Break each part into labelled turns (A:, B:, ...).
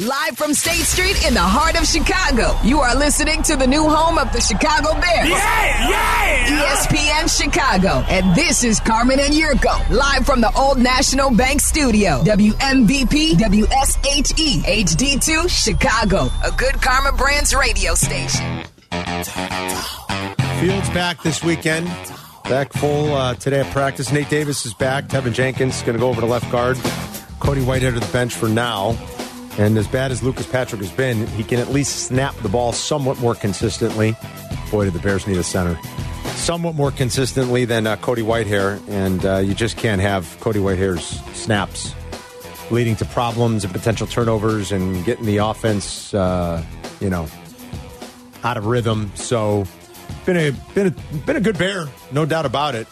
A: Live from State Street in the heart of Chicago, you are listening to the new home of the Chicago Bears. E
B: Yeah, yeah.
A: ESPN Chicago. And this is Carmen and Yurko, live from the Old National Bank Studio. WMVP WSHE HD2 Chicago, a good Karma Brands radio station.
C: Fields back this weekend. Back full uh, today at practice. Nate Davis is back. Tevin Jenkins is going to go over to left guard. Cody Whitehead to the bench for now. And as bad as Lucas Patrick has been, he can at least snap the ball somewhat more consistently. Boy, do the Bears need a center. Somewhat more consistently than uh, Cody Whitehair. And uh, you just can't have Cody Whitehair's snaps leading to problems and potential turnovers and getting the offense, uh, you know, out of rhythm. So been a been a been a good bear, no doubt about it.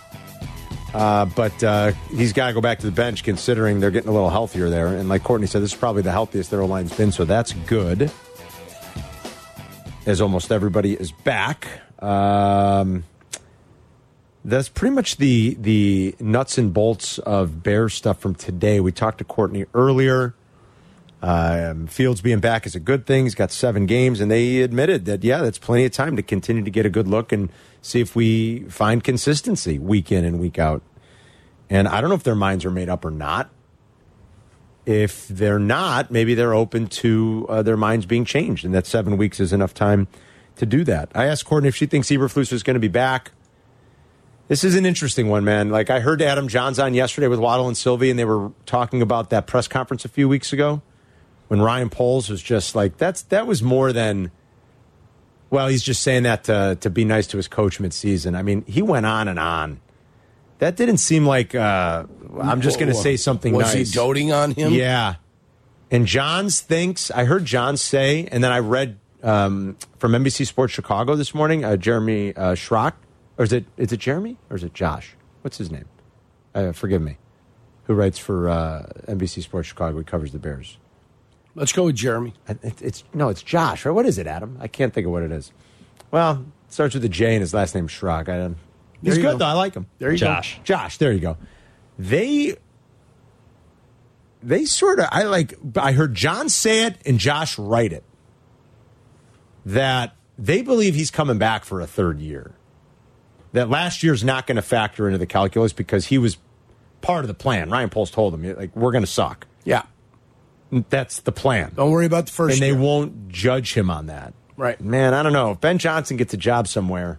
C: Uh, but uh, he's got to go back to the bench, considering they're getting a little healthier there. And like Courtney said, this is probably the healthiest their line's been, so that's good. As almost everybody is back. Um, that's pretty much the the nuts and bolts of bear stuff from today. We talked to Courtney earlier. Um, Fields being back is a good thing. He's got seven games, and they admitted that yeah, that's plenty of time to continue to get a good look and see if we find consistency week in and week out. And I don't know if their minds are made up or not. If they're not, maybe they're open to uh, their minds being changed, and that seven weeks is enough time to do that. I asked Courtney if she thinks Eberflus is going to be back. This is an interesting one, man. Like I heard Adam Johns on yesterday with Waddle and Sylvie, and they were talking about that press conference a few weeks ago when Ryan Poles was just like that's that was more than well, he's just saying that to to be nice to his coach midseason. I mean, he went on and on. That didn't seem like uh, I'm just going to say something
D: Was
C: nice.
D: he doting on him?
C: Yeah. And Johns thinks I heard Johns say, and then I read um, from NBC Sports Chicago this morning. Uh, Jeremy uh, Schrock, or is it is it Jeremy or is it Josh? What's his name? Uh, forgive me. Who writes for uh, NBC Sports Chicago? He covers the Bears.
D: Let's go with Jeremy.
C: I- It, it's no, it's Josh. Right? What is it, Adam? I can't think of what it is. Well, it starts with a J and his last name's Schrock. I, don't- he's
D: There you
C: good
D: go.
C: though. I like him.
D: There you go.
E: Josh.
C: Josh, there you go. They they sort of I like I heard John say it and Josh write it that they believe he's coming back for a third year. That last year's not going to factor into the calculus because he was part of the plan. Ryan Poles told him like we're going to suck.
D: Yeah.
C: That's the plan
D: Don't worry about the first.
C: and they
D: year.
C: won't judge him on that.
D: Right.
C: Man, I don't know. If Ben Johnson gets a job somewhere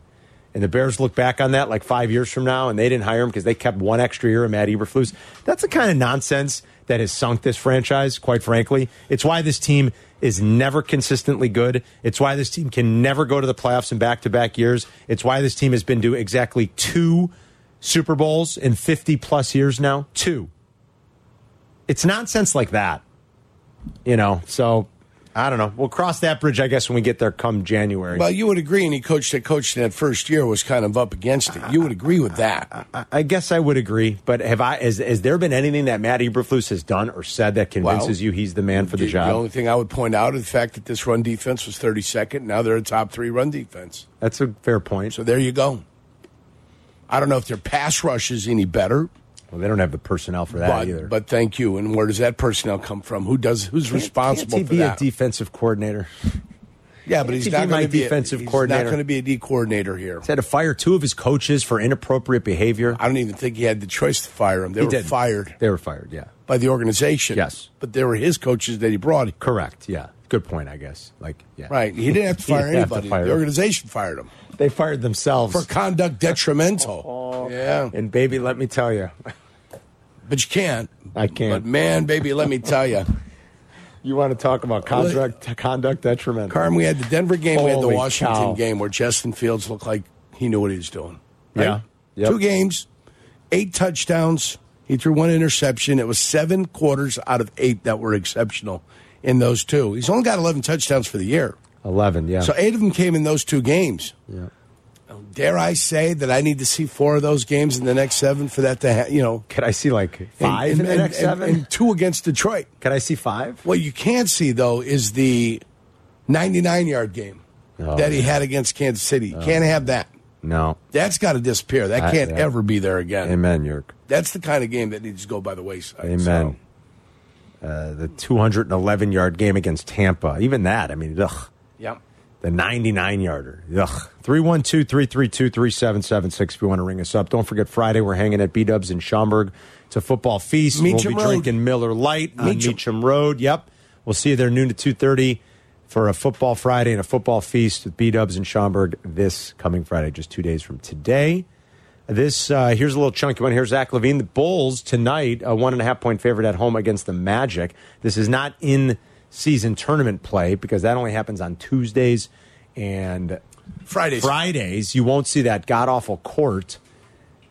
C: and the Bears look back on that like five years from now and they didn't hire him because they kept one extra year of Matt Eberflus, that's the kind of nonsense that has sunk this franchise, quite frankly. It's why this team is never consistently good. It's why this team can never go to the playoffs in back to back years. It's why this team has been to exactly two Super Bowls in 50 plus years now. Two. It's nonsense like that you know so i don't know we'll cross that bridge i guess when we get there come january
D: Well, you would agree any coach that coached that first year was kind of up against it. You would agree with that.
C: I, I guess i would agree but have i has, has there been anything that matt eberflus has done or said that convinces
D: Well,
C: you he's the man for the
D: The-
C: job
D: The only thing I would point out is the fact that this run defense was 32nd. Now they're a top three run defense.
C: that's a fair point
D: So there you go. I don't know if their pass rush is any better,
C: well they don't have the personnel for that either
D: but, but thank you. And where does that personnel come from? Who does? Who's responsible
C: can't
D: for
C: he be
D: that?
C: a defensive coordinator
D: yeah, but he's
C: can't he
D: not
C: be my
D: going to be
C: defensive
D: a, he's
C: coordinator?
D: Not going to be a D coordinator here.
C: he's had to fire two of his coaches for inappropriate behavior
D: I don't even think he had the choice to fire him. They were
C: didn't.
D: fired
C: they were fired yeah
D: by the organization.
C: Yes.
D: but they were his coaches that he brought.
C: correct yeah good point i guess like yeah
D: Right, he didn't have to
C: He
D: fire
C: didn't have to
D: anybody.
C: fire
D: the
C: them.
D: organization fired him
C: they fired themselves
D: for conduct detrimental. yeah,
C: and baby let me tell you
D: but you can't.
C: I can't.
D: But man, baby, let me tell you.
C: you want to talk about conduct conduct detrimental
D: Carm, we had the Denver game, we had the
C: Holy
D: Washington
C: cow.
D: game where Justin Fields looked like he knew what he was doing.
C: Yeah. Yep.
D: Two games, eight touchdowns. He threw one interception. It was seven quarters out of eight that were exceptional in those two. He's only got 11 touchdowns for the year.
C: 11 yeah
D: So eight of them came in those two games.
C: Yeah.
D: Dare I say that I need to see four of those games in the next seven for that to, ha- you know,
C: Could I see like five
D: and,
C: in the
D: and-
C: next
D: and-
C: seven?
D: and two against Detroit.
C: Could I see five?
D: What you can see though is the 99 yard game
C: Oh,
D: that he
C: yeah.
D: had against Kansas City. Can't have that.
C: No.
D: That's got to disappear. That
C: I-
D: can't
C: yeah.
D: ever be there again.
C: Amen, Yerk.
D: That's the kind of game that needs to go by the wayside.
C: Amen.
D: So,
C: uh, the 211 yard game against Tampa. Even that, I mean, ugh.
D: Yep.
C: The 99 yarder. Ugh. 312 332 3776 if you want to ring us up. Don't forget, Friday we're hanging at B Dubs in Schaumburg. It's a football feast. we'll
D: Meacham
C: be
D: Road.
C: drinking Miller Light on
D: Meacham.
C: Meacham Road. Yep. We'll see you there noon to 2.30 for a football Friday and a football feast with B Dubs in Schaumburg this coming Friday, just two days from today. This uh, here's a little chunky one. Here's Zach Levine. The Bulls tonight, a one and a half point favorite at home against the Magic. This is not in season tournament play because that only happens on Tuesdays and
D: Fridays.
C: Fridays. You won't see that god awful court.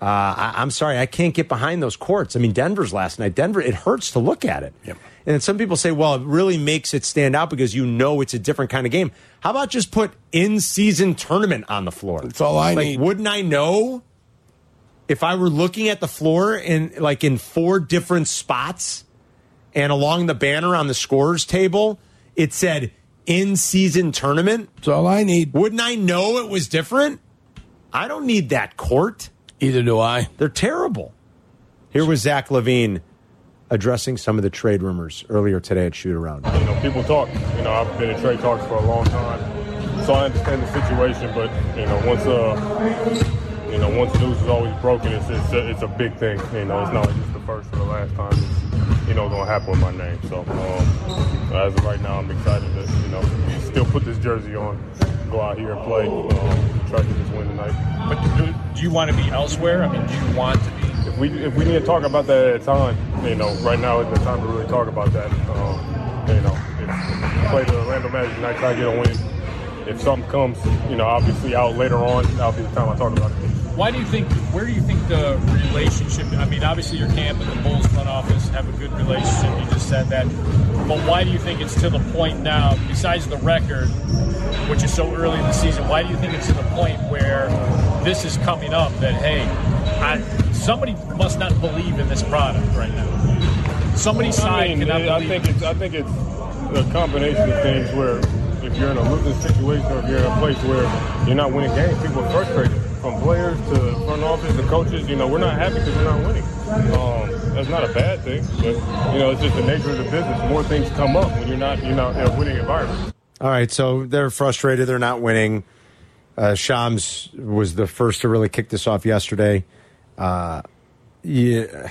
C: Uh, I, I'm sorry, I can't get behind those courts. I mean, Denver's last night. Denver, it hurts to look at it.
D: Yep.
C: And then some people say, well, it really makes it stand out because you know it's a different kind of game. How about just put in season tournament on the floor?
D: That's all I
C: like,
D: need.
C: Wouldn't I know if I were looking at the floor in like in four different spots and along the banner on the scores table, it said in season tournament?
D: That's all I need.
C: Wouldn't I know it was different? I don't need that court.
D: Either do I.
C: They're terrible. Here was Zach Levine addressing some of the trade rumors earlier today at Shoot Around.
B: You know, people talk. You know, I've been in trade talks for a long time, so I understand the situation. But you know, once uh, you know, once news is always broken, it's it's a, it's a big thing. You know, it's not like it's the first or the last time. It's, you know, gonna happen with my name. So um, as of right now, I'm excited to you know still put this jersey on, go out here and play, um, try to just win tonight.
E: But do, do you want to be elsewhere? I mean, do you want to be?
B: If we if we need to talk about that at a time, you know, right now is the time to really talk about that. Um, you know, if play the Orlando Magic tonight, try to get a win. If something comes, you know, obviously out later on, that'll be the time I talk about it.
E: Why do you think? Where do you think the relationship? I mean, obviously your camp and the Bulls front office have a good relationship. You just said that, but why do you think it's to the point now? Besides the record, which is so early in the season, why do you think it's to the point where this is coming up? That hey, I, somebody must not believe in this product right now. Somebody's side
B: I, mean,
E: cannot
B: it- I
E: believe.
B: think it's I think it's a combination of things where if you're in a losing situation or if you're in a place where you're not winning games, people are frustrated. From players to front office to coaches, you know, we're not happy because we're not winning. Um, that's not a bad thing, but you know, it's just the nature of the business. More things come up when you're not you're not in a winning environment.
C: All right, so they're frustrated. They're not winning. Uh, Shams was the first to really kick this off yesterday. Uh, yeah.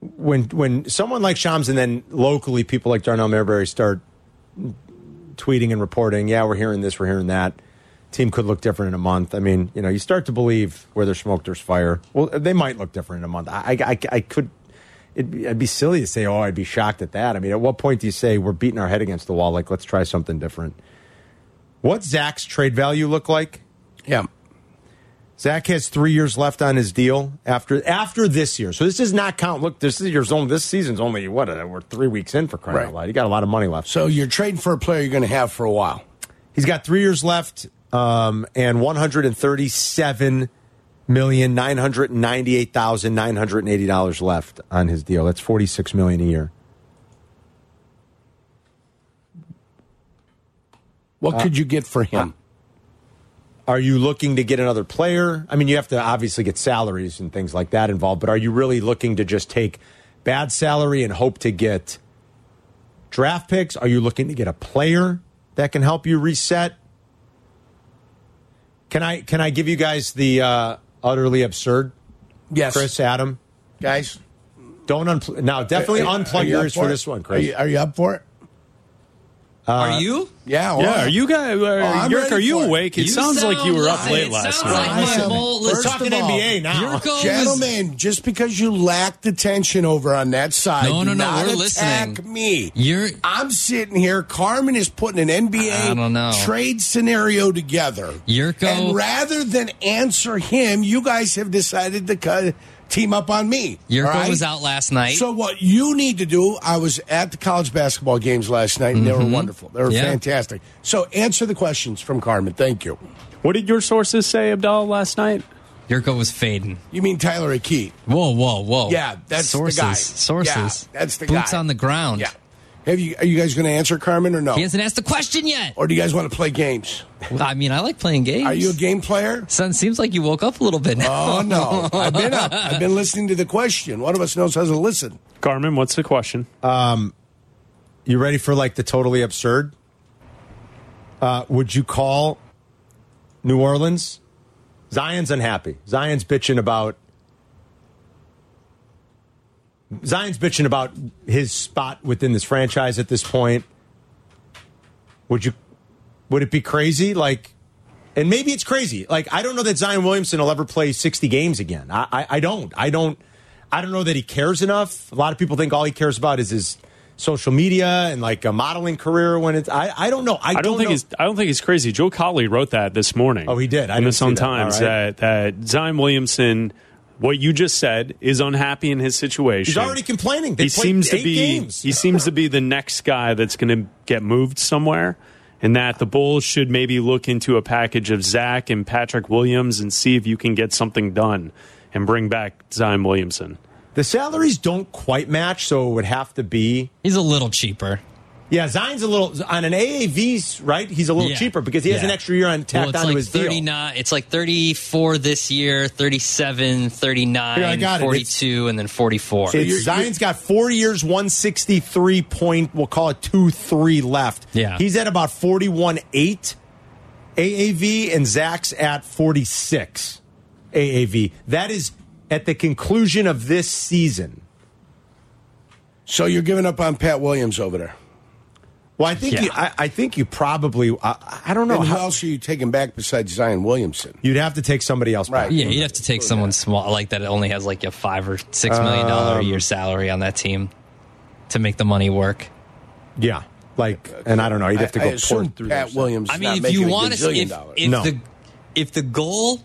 C: When when someone like Shams and then locally people like Darnell Marbury start tweeting and reporting, yeah, we're hearing this, we're hearing that. Team could look different in a month. I mean, you know, you start to believe where there's smoke, there's fire. Well, they might look different in a month. I, I, I could. It'd be, it'd be silly to say, "Oh, I'd be shocked at that." I mean, at what point do you say we're beating our head against the wall? Like, let's try something different. What Zach's trade value look like?
D: Yeah.
C: Zach has three years left on his deal after after this year. So this does not count. Look, this is year's only. This season's only what uh, we're three weeks in for crying
D: Right.
C: out loud. You got a lot of money left.
D: So you're trading for a player you're going to have for a while.
C: He's got three years left um, and one hundred and thirty-seven million nine hundred ninety-eight thousand nine hundred eighty dollars left on his deal. That's forty-six million a year.
D: What could you get for him?
C: Uh, Are you looking to get another player? I mean, you have to obviously get salaries and things like that involved, but are you really looking to just take bad salary and hope to get draft picks? Are you looking to get a player that can help you reset? Can I can I give you guys the uh, utterly absurd,
D: yes.
C: Chris Adam?
D: Guys.
C: Don't unplug now. Definitely
D: Are- are- are
C: unplug
D: you up
C: yours for
D: it?
C: this one,
D: Are
C: Chris.
D: you, are you up for it?
F: Are you?
D: Yeah. all
G: Uh, Yeah,
D: right.
G: are you guys?
D: I'm
G: Yerk,
D: ready
G: are you
D: for it.
G: awake? It
F: You
G: sounds like you were up
F: sound
G: late
F: it
G: last
F: sounds
G: night.
F: like my
D: Listen,
F: bowl-
D: first
F: Let's-
D: of
C: Talking
D: all,
C: NBA now.
F: Yurko was-
D: Gentlemen, just because you lack the tension over on that side,
F: No,
D: do
F: no, no,
D: not
F: we're
D: attack
F: listening.
D: me.
F: You're-
D: I'm sitting here. Carmen is putting an NBA
F: I don't know.
D: trade scenario together.
F: Yurko-
D: and rather than answer him, you guys have decided to cut, team up on me.
F: Yurko
D: all right?
F: was out last night.
D: So what you need to do? I was at the college basketball games last night, and they were wonderful. They were
F: Mm-hmm. Yeah.
D: fantastic. So answer the questions from Carmen. Thank you.
G: What did your sources say, Abdal, last night?
F: Yurko was fading.
D: You mean Tyler Akey?
F: Whoa, whoa, whoa.
D: Yeah, that's
F: sources.
D: the guy.
F: Sources.
D: Yeah, that's the
F: Boots
D: guy.
F: on the ground.
D: Yeah. Have you? Are you guys going to answer Carmen or no?
F: He hasn't asked the question yet.
D: Or do you guys want to play games?
F: Well, I mean, I like playing games.
D: Are you a game player?
F: Son, seems like you woke up a little bit now.
D: Oh no, I've been up. I've been listening to the question. One of us knows how to listen.
G: Carmen, what's the question?
C: Um, You ready for like the totally absurd? Uh, would you call New Orleans? Zion's unhappy. Zion's bitching about. Zion's bitching about his spot within this franchise at this point. Would you? Would it be crazy? Like, and maybe it's crazy. Like, I don't know that Zion Williamson will ever play sixty games again. I, I, I don't. I don't. I don't know that he cares enough. A lot of people think all he cares about is his social media and like a modeling career. When it's, I, I don't know. I,
G: I don't think
C: know.
G: he's. I don't think he's crazy. Joe Colley wrote that this morning.
C: Oh, he did. I
G: in the
C: didn't see
G: Sun
C: that. All
G: Times
C: right.
G: that that Zion Williamson, what you just said, is unhappy in his situation.
C: He's already complaining. They
G: he
C: played
G: seems to
C: eight
G: be.
C: games.
G: He seems to be the next guy that's going to get moved somewhere, and that the Bulls should maybe look into a package of Zach and Patrick Williams and see if you can get something done and bring back Zion Williamson.
C: The salaries don't quite match, so it would have to be.
F: He's a little cheaper.
C: Yeah, Zion's a little on an AAV's right. He's a little
F: Yeah.
C: cheaper because he has
F: Yeah.
C: an extra year on
F: Well,
C: tacked
F: it's
C: onto
F: like
C: his deal.
F: 39, it's like 34 this year, 37, 39,
C: Here, I got it.
F: 42, and then 44.
C: It's, Zion's got four years, one sixty three point. We'll call it two three left.
F: Yeah.
C: he's at about forty one eight AAV, and Zach's at forty six AAV. That is at the conclusion of this season.
D: So you're giving up on Pat Williams over there.
C: Well, I think
F: Yeah.
C: you, I, I think you probably. I, I don't know
D: And who
C: how
D: else are you taking back besides Zion Williamson?
C: you'd have to take somebody else. back.
D: Right.
F: yeah, you'd have to take someone small like that. Only has like a five or six million dollar a
D: Um,
F: year salary on that team to make the money work.
C: Yeah. Like, and I don't know. You'd have to
D: I-
C: go
D: I assume
C: pour through
D: Pat
C: those.
D: Williams.
F: I
D: not
F: mean, if
D: making
F: you
D: a
F: want to,
D: gazillion
F: if,
D: dollars.
F: if
C: No.
F: the if the goal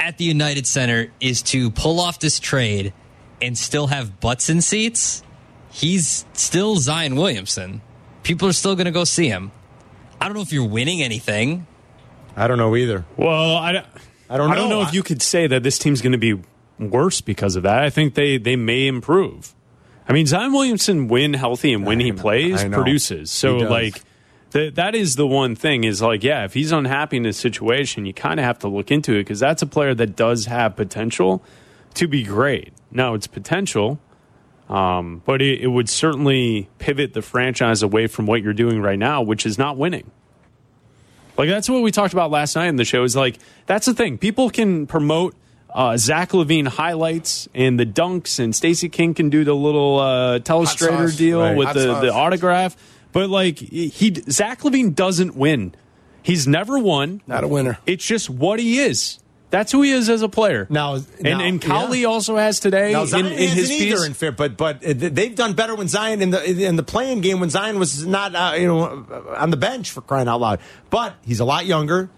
F: at the United Center is to pull off this trade and still have butts in seats, he's still Zion Williamson. People are still going to go see him. I don't know if you're winning anything.
C: I don't know either.
G: Well, I don't,
C: I don't
G: I don't
C: know.
G: know if you could say that this team's going to be worse because of that. I think they they may improve. I mean, Zion Williamson, when healthy and when he plays,
C: I know.
G: produces. So
C: He does.
G: like. That, that is the one thing is like yeah if he's unhappy in his situation you kind of have to look into it because that's a player that does have potential to be great now it's potential um, but it, it would certainly pivot the franchise away from what you're doing right now which is not winning like that's what we talked about last night in the show. Is like that's the thing. People can promote uh, Zach Levine highlights and the dunks, and Stacey King can do the little uh,
D: Hot
G: telestrator
D: sauce.
G: deal
C: Right.
G: with
D: Hot
G: the,
D: sauce.
G: the autograph. But like he, Zach Levine doesn't win. He's never won.
D: Not a winner.
G: It's just what he is. That's who he is as a player.
C: Now-
G: and
C: now-
G: and Cowley
C: yeah.
G: also has today
C: Now Zion
G: in, in his
C: hasn't either
G: piece.
C: in fair, but but uh, th- they've done better when Zion in the in the playing game when Zion was not uh, you know uh, on the bench for crying out loud. But he's a lot younger.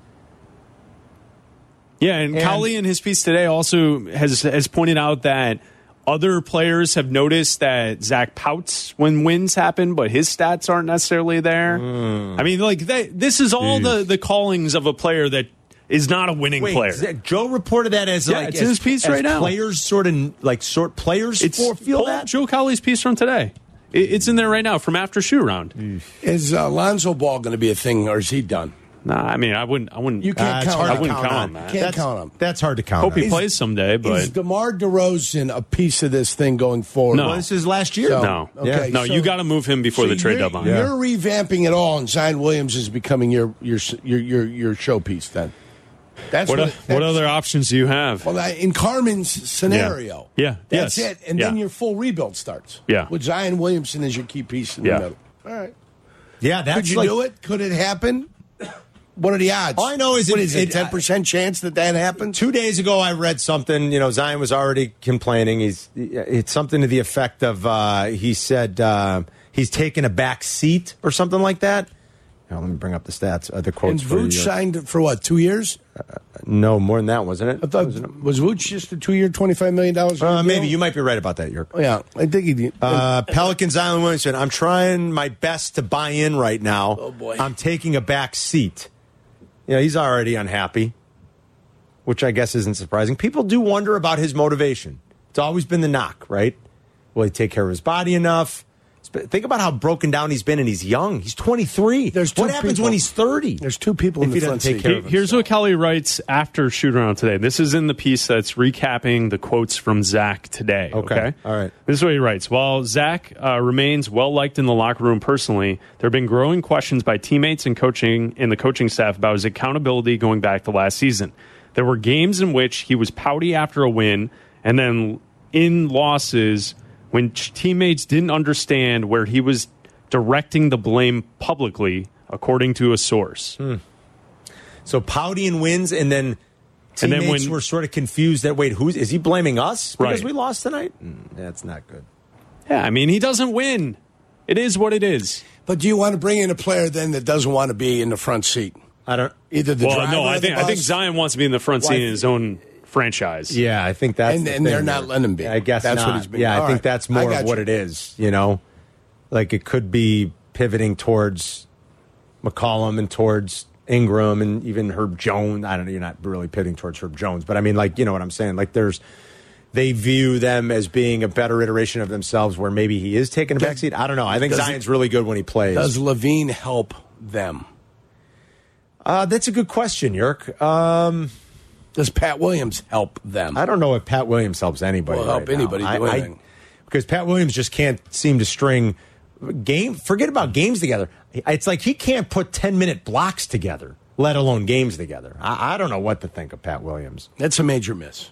G: Yeah, and,
C: And-
G: Cowley in his piece today also has has pointed out that other players have noticed that Zach pouts when wins happen, but his stats aren't necessarily there.
D: Hmm.
G: I mean, like that, this is all the the callings of a player that is not a winning player.
C: Zach- Joe reported that as
G: Yeah,
C: like
G: it's
C: as,
G: in his piece
C: as
G: right now.
C: Players sort of like sort players
G: it's
C: for- feel
G: pull
C: that.
G: Joe Cowley's piece from today. It, it's in there right now from after shoe round.
D: Is uh, Lonzo Ball going to be a thing, or is he done?
G: Nah, I mean, I wouldn't. I wouldn't.
D: You
C: Uh,
D: can't
C: it's
D: count.
C: hard
D: on
G: I
C: to
G: wouldn't count, on
D: him.
G: that.
D: Can't
C: That's-
D: count on him.
C: That's hard to count.
G: Hope
C: on.
G: he plays someday,
D: Is
G: but
D: DeMar DeRozan a piece of this thing going forward?
G: No.
C: Well, this is last year.
D: So-
G: no,
D: Okay,
G: no,
D: so-
G: you got to move him before
D: So
G: the trade
D: you're-
G: deadline.
D: You're revamping it all, and Zion Williams is becoming your your your your, your showpiece. Then that's
G: What,
D: what,
G: o- what
D: that's-
G: other options do you have?
D: Well, I- in Carmen's scenario,
G: Yeah. Yeah,
D: that's
G: yes,
D: it, and then
G: yeah.
D: your full rebuild starts.
G: Yeah.
D: with Zion Williamson as your key piece in
G: Yeah.
D: the middle. All right,
C: Yeah, that's
D: could you
C: like,
D: do it? Could it happen? What are the odds?
C: All I know is
D: what
C: it-
D: is it?
C: it-
D: Ten percent chance that that happens.
C: two days ago i read something you know zion was already complaining he's it's something to the effect of uh, he said uh, he's taken a back seat or something like that Now, let me bring up the stats uh, the
D: And
C: quotes for
D: Vooch
C: you.
D: signed it for what? Two years?
C: no more than that wasn't
D: I
C: it
D: thought was Vooch just a two-year, twenty-five million dollars?
C: uh, maybe you might be right about that Yerk.
D: Yeah, I think he did.
C: Uh, Pelicans Island Williamson, I'm trying my best to buy in right now. Oh
D: boy.
C: I'm taking a back seat. You know, he's already unhappy, which I guess isn't surprising. People do wonder about his motivation. It's always been the knock, right? Will he take care of his body enough? Sp- Think about how broken down he's been, and he's young. He's 23.
D: There's two
C: what happens
D: people-
C: when he's 30?
D: There's two people in
C: If
D: the
C: he doesn't
D: front
C: take
D: seat.
C: care
G: He-
C: of
G: here's what Kelly writes after shoot around today. This is in the piece that's recapping the quotes from Zach today.
C: Okay.
G: Okay.
C: All right.
G: This is what he writes. While Zach uh, remains well liked in the locker room personally, there have been growing questions by teammates and coaching and the coaching staff about his accountability going back to last season. There were games in which he was pouty after a win, and then in losses when ch- teammates didn't understand where he was directing the blame publicly, according to a source.
C: Hmm. So Powdian wins, and then
G: And then
C: teammates
G: when-
C: were sort of confused that wait, who's is he blaming us because
G: Right.
C: we lost tonight? Mm, that's not good.
G: Yeah, I mean, he doesn't win. It is what it is.
D: But do you want to bring in a player then that doesn't want to be in the front seat?
C: I don't.
D: Either the
G: well,
D: driver
G: no,
D: or
G: I
D: the
G: think I think
D: bus?
G: Zion wants to be in the front
D: Why-
G: seat in his own franchise.
C: Yeah, I think that's
D: And-
C: the
D: and they're
C: thing
D: not
C: there.
D: letting him be.
C: I guess
D: That's what
C: not.
D: he's been-
C: Yeah, I
D: All
C: think
D: right.
C: that's
D: I
C: more of
D: got
C: what
D: you.
C: it is. You know, like it could be pivoting towards McCollum and towards Ingram and even Herb Jones. I don't know. You're not really pivoting towards Herb Jones, but I mean, like you know what I'm saying. Like there's. They view them as being a better iteration of themselves, where maybe he is taking a
D: Does-
C: backseat. I don't know. I think
D: does-
C: Zion's really good when he plays.
D: Does Levine help them?
C: Uh, that's a good question, Yerk. Um,
D: Does Pat Williams help them?
C: I don't know if Pat Williams helps anybody.
D: Well, help
C: right now.
D: anybody do
C: I- I-
D: anything.
C: because Pat Williams just can't seem to string game. Forget about games together. It's like he can't put ten minute blocks together, let alone games together. I, I don't know what to think of Pat Williams.
D: That's a major miss.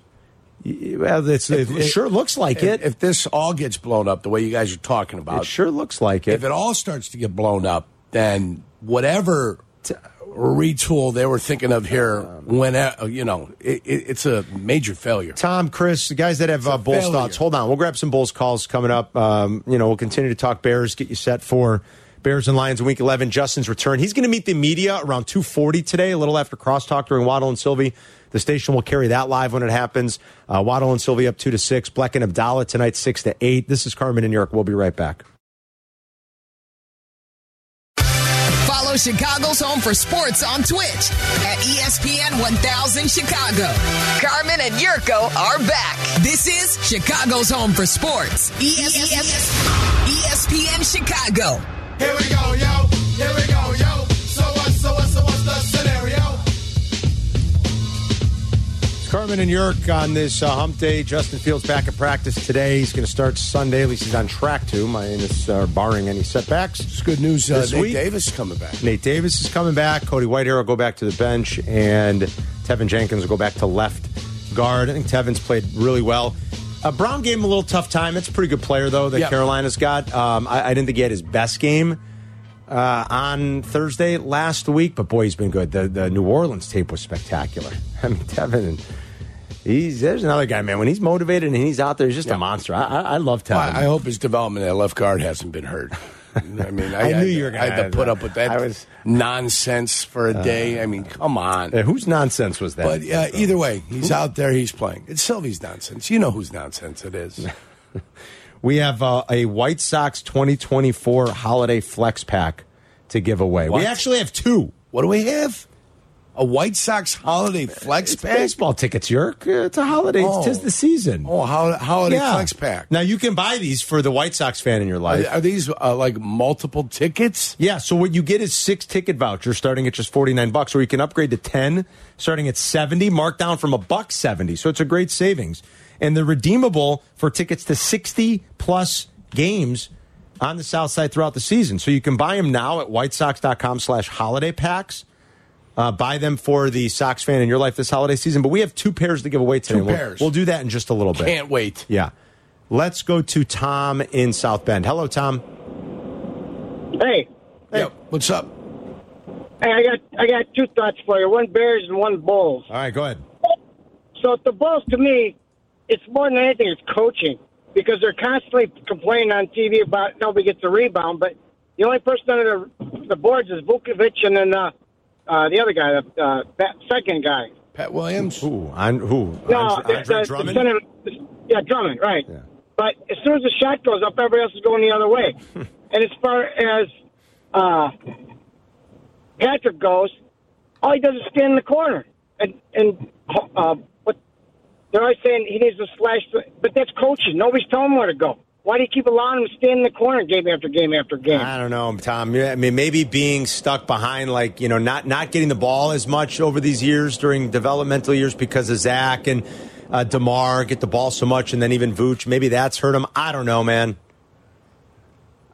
C: Well, it's, it,
D: If-
C: sure looks like
D: If,
C: it.
D: if this all gets blown up the way you guys are talking
C: it
D: about,
C: sure looks like
D: if
C: it.
D: it all starts to get blown up, then whatever retool they were thinking of here, when uh, you know, it, it, it's a major failure.
C: Tom, Chris, the guys that have uh, Bulls
D: failure.
C: thoughts, hold on. We'll grab some Bulls calls coming up. Um, you know, we'll continue to talk Bears, get you set for Bears and Lions in Week 11. Justin's return. He's going to meet the media around 2.40 today, a little after crosstalk during Waddle and Sylvie. The station will carry that live when it happens. Uh, Waddle and Sylvie up 2 to 6. Black and Abdallah tonight 6 to 8. This is Carmen in New York. We'll be right back.
A: Follow Chicago's Home for Sports on Twitch at E ESPN 1000 Chicago. Carmen and Yurko are back. This is Chicago's Home for Sports. E ESPN Chicago.
H: Here we go, yo. Here we go, yo. So what, so what, so what's the scenario?
D: Uh,
C: It's Carmen and York on this uh, hump day. Justin Fields back at practice today. He's going to start Sunday. At least he's on track to, minus uh, barring any setbacks.
D: It's good news. Uh,
C: This
D: Nate
C: week-
D: Davis coming back.
C: Nate Davis is coming back. Cody Whitehair will go back to the bench, and Tevin Jenkins will go back to left guard. I think Tevin's played really well. Uh, Brown gave him a little tough time. It's a pretty good player though that
D: Yeah.
C: Carolina's got. Um, I, I didn't think he had his best game uh, on Thursday last week, but boy, he's been good. The the New Orleans tape was spectacular. I mean, Tevin and. He's, there's another guy, man. When he's motivated and he's out there, he's just a monster. I, I, I love Tevin.
D: I, I hope his development at left guard hasn't been hurt. I mean, I,
C: I knew
D: had-
C: you were gonna
D: I had
C: add
D: to put
C: that.
D: up with that
C: I was-
D: nonsense for a day. I mean, come on.
C: Uh, whose nonsense was that?
D: But uh, either way, he's out there. He's playing. It's Sylvie's nonsense. You know whose nonsense it is.
C: We have uh, a White Sox 2024 holiday flex pack to give away. We
D: What?
C: actually have two.
D: What do we have? A White Sox holiday flex
C: It's
D: pack.
C: baseball tickets, Yerk. Uh, It's a holiday.
D: Oh.
C: Tis the season.
D: Oh, hol- holiday flex pack.
C: Now you can buy these for the White Sox fan in your life.
D: Are these uh, like multiple tickets?
C: yeah, so what you get is six ticket vouchers starting at just 49 bucks or you can upgrade to 10 starting at 70, marked down from a buck 70. So it's a great savings. And they're redeemable for tickets to 60 plus games on the South Side throughout the season. So you can buy them now at whitesox.com slash holiday packs. Uh, buy them for the Sox fan in your life this holiday season. But we have two pairs to give away today.
D: Two
C: We'll-
D: pairs.
C: We'll, do that in just a little bit.
D: Can't wait.
C: Yeah. Let's go to Tom in South Bend. Hello, Tom.
I: Hey,
C: Hey.
D: Yep. What's up?
I: hey, I got I got two thoughts for you. One Bears and one Bulls.
C: All right, go ahead.
I: So the Bulls, to me, it's more than anything, it's coaching because they're constantly complaining on TV about nobody gets a rebound, but the only person under the, the boards is Vukovic and then uh, uh, the other guy, the uh, that second guy.
D: Pat Williams.
C: Who? And who?
I: No,
C: Andre,
I: it's the,
C: Andre
I: the
C: Drummond?
I: center, yeah, Drummond, right.
C: Yeah.
I: But as soon as the shot goes up, everybody else is going the other way. and as far as uh, Patrick goes, all he does is stand in the corner. And and uh, what they're always saying he needs to slash, the, but that's coaching. Nobody's telling him where to go. Why do you keep allowing him to stand in the corner game after game after game?
C: I don't know, Tom. Yeah, I mean, maybe being stuck behind, like you know, not not getting the ball as much over these years during developmental years because of Zach and uh, Demar get the ball so much, and then even Vooch. Maybe that's hurt him. I don't know, man.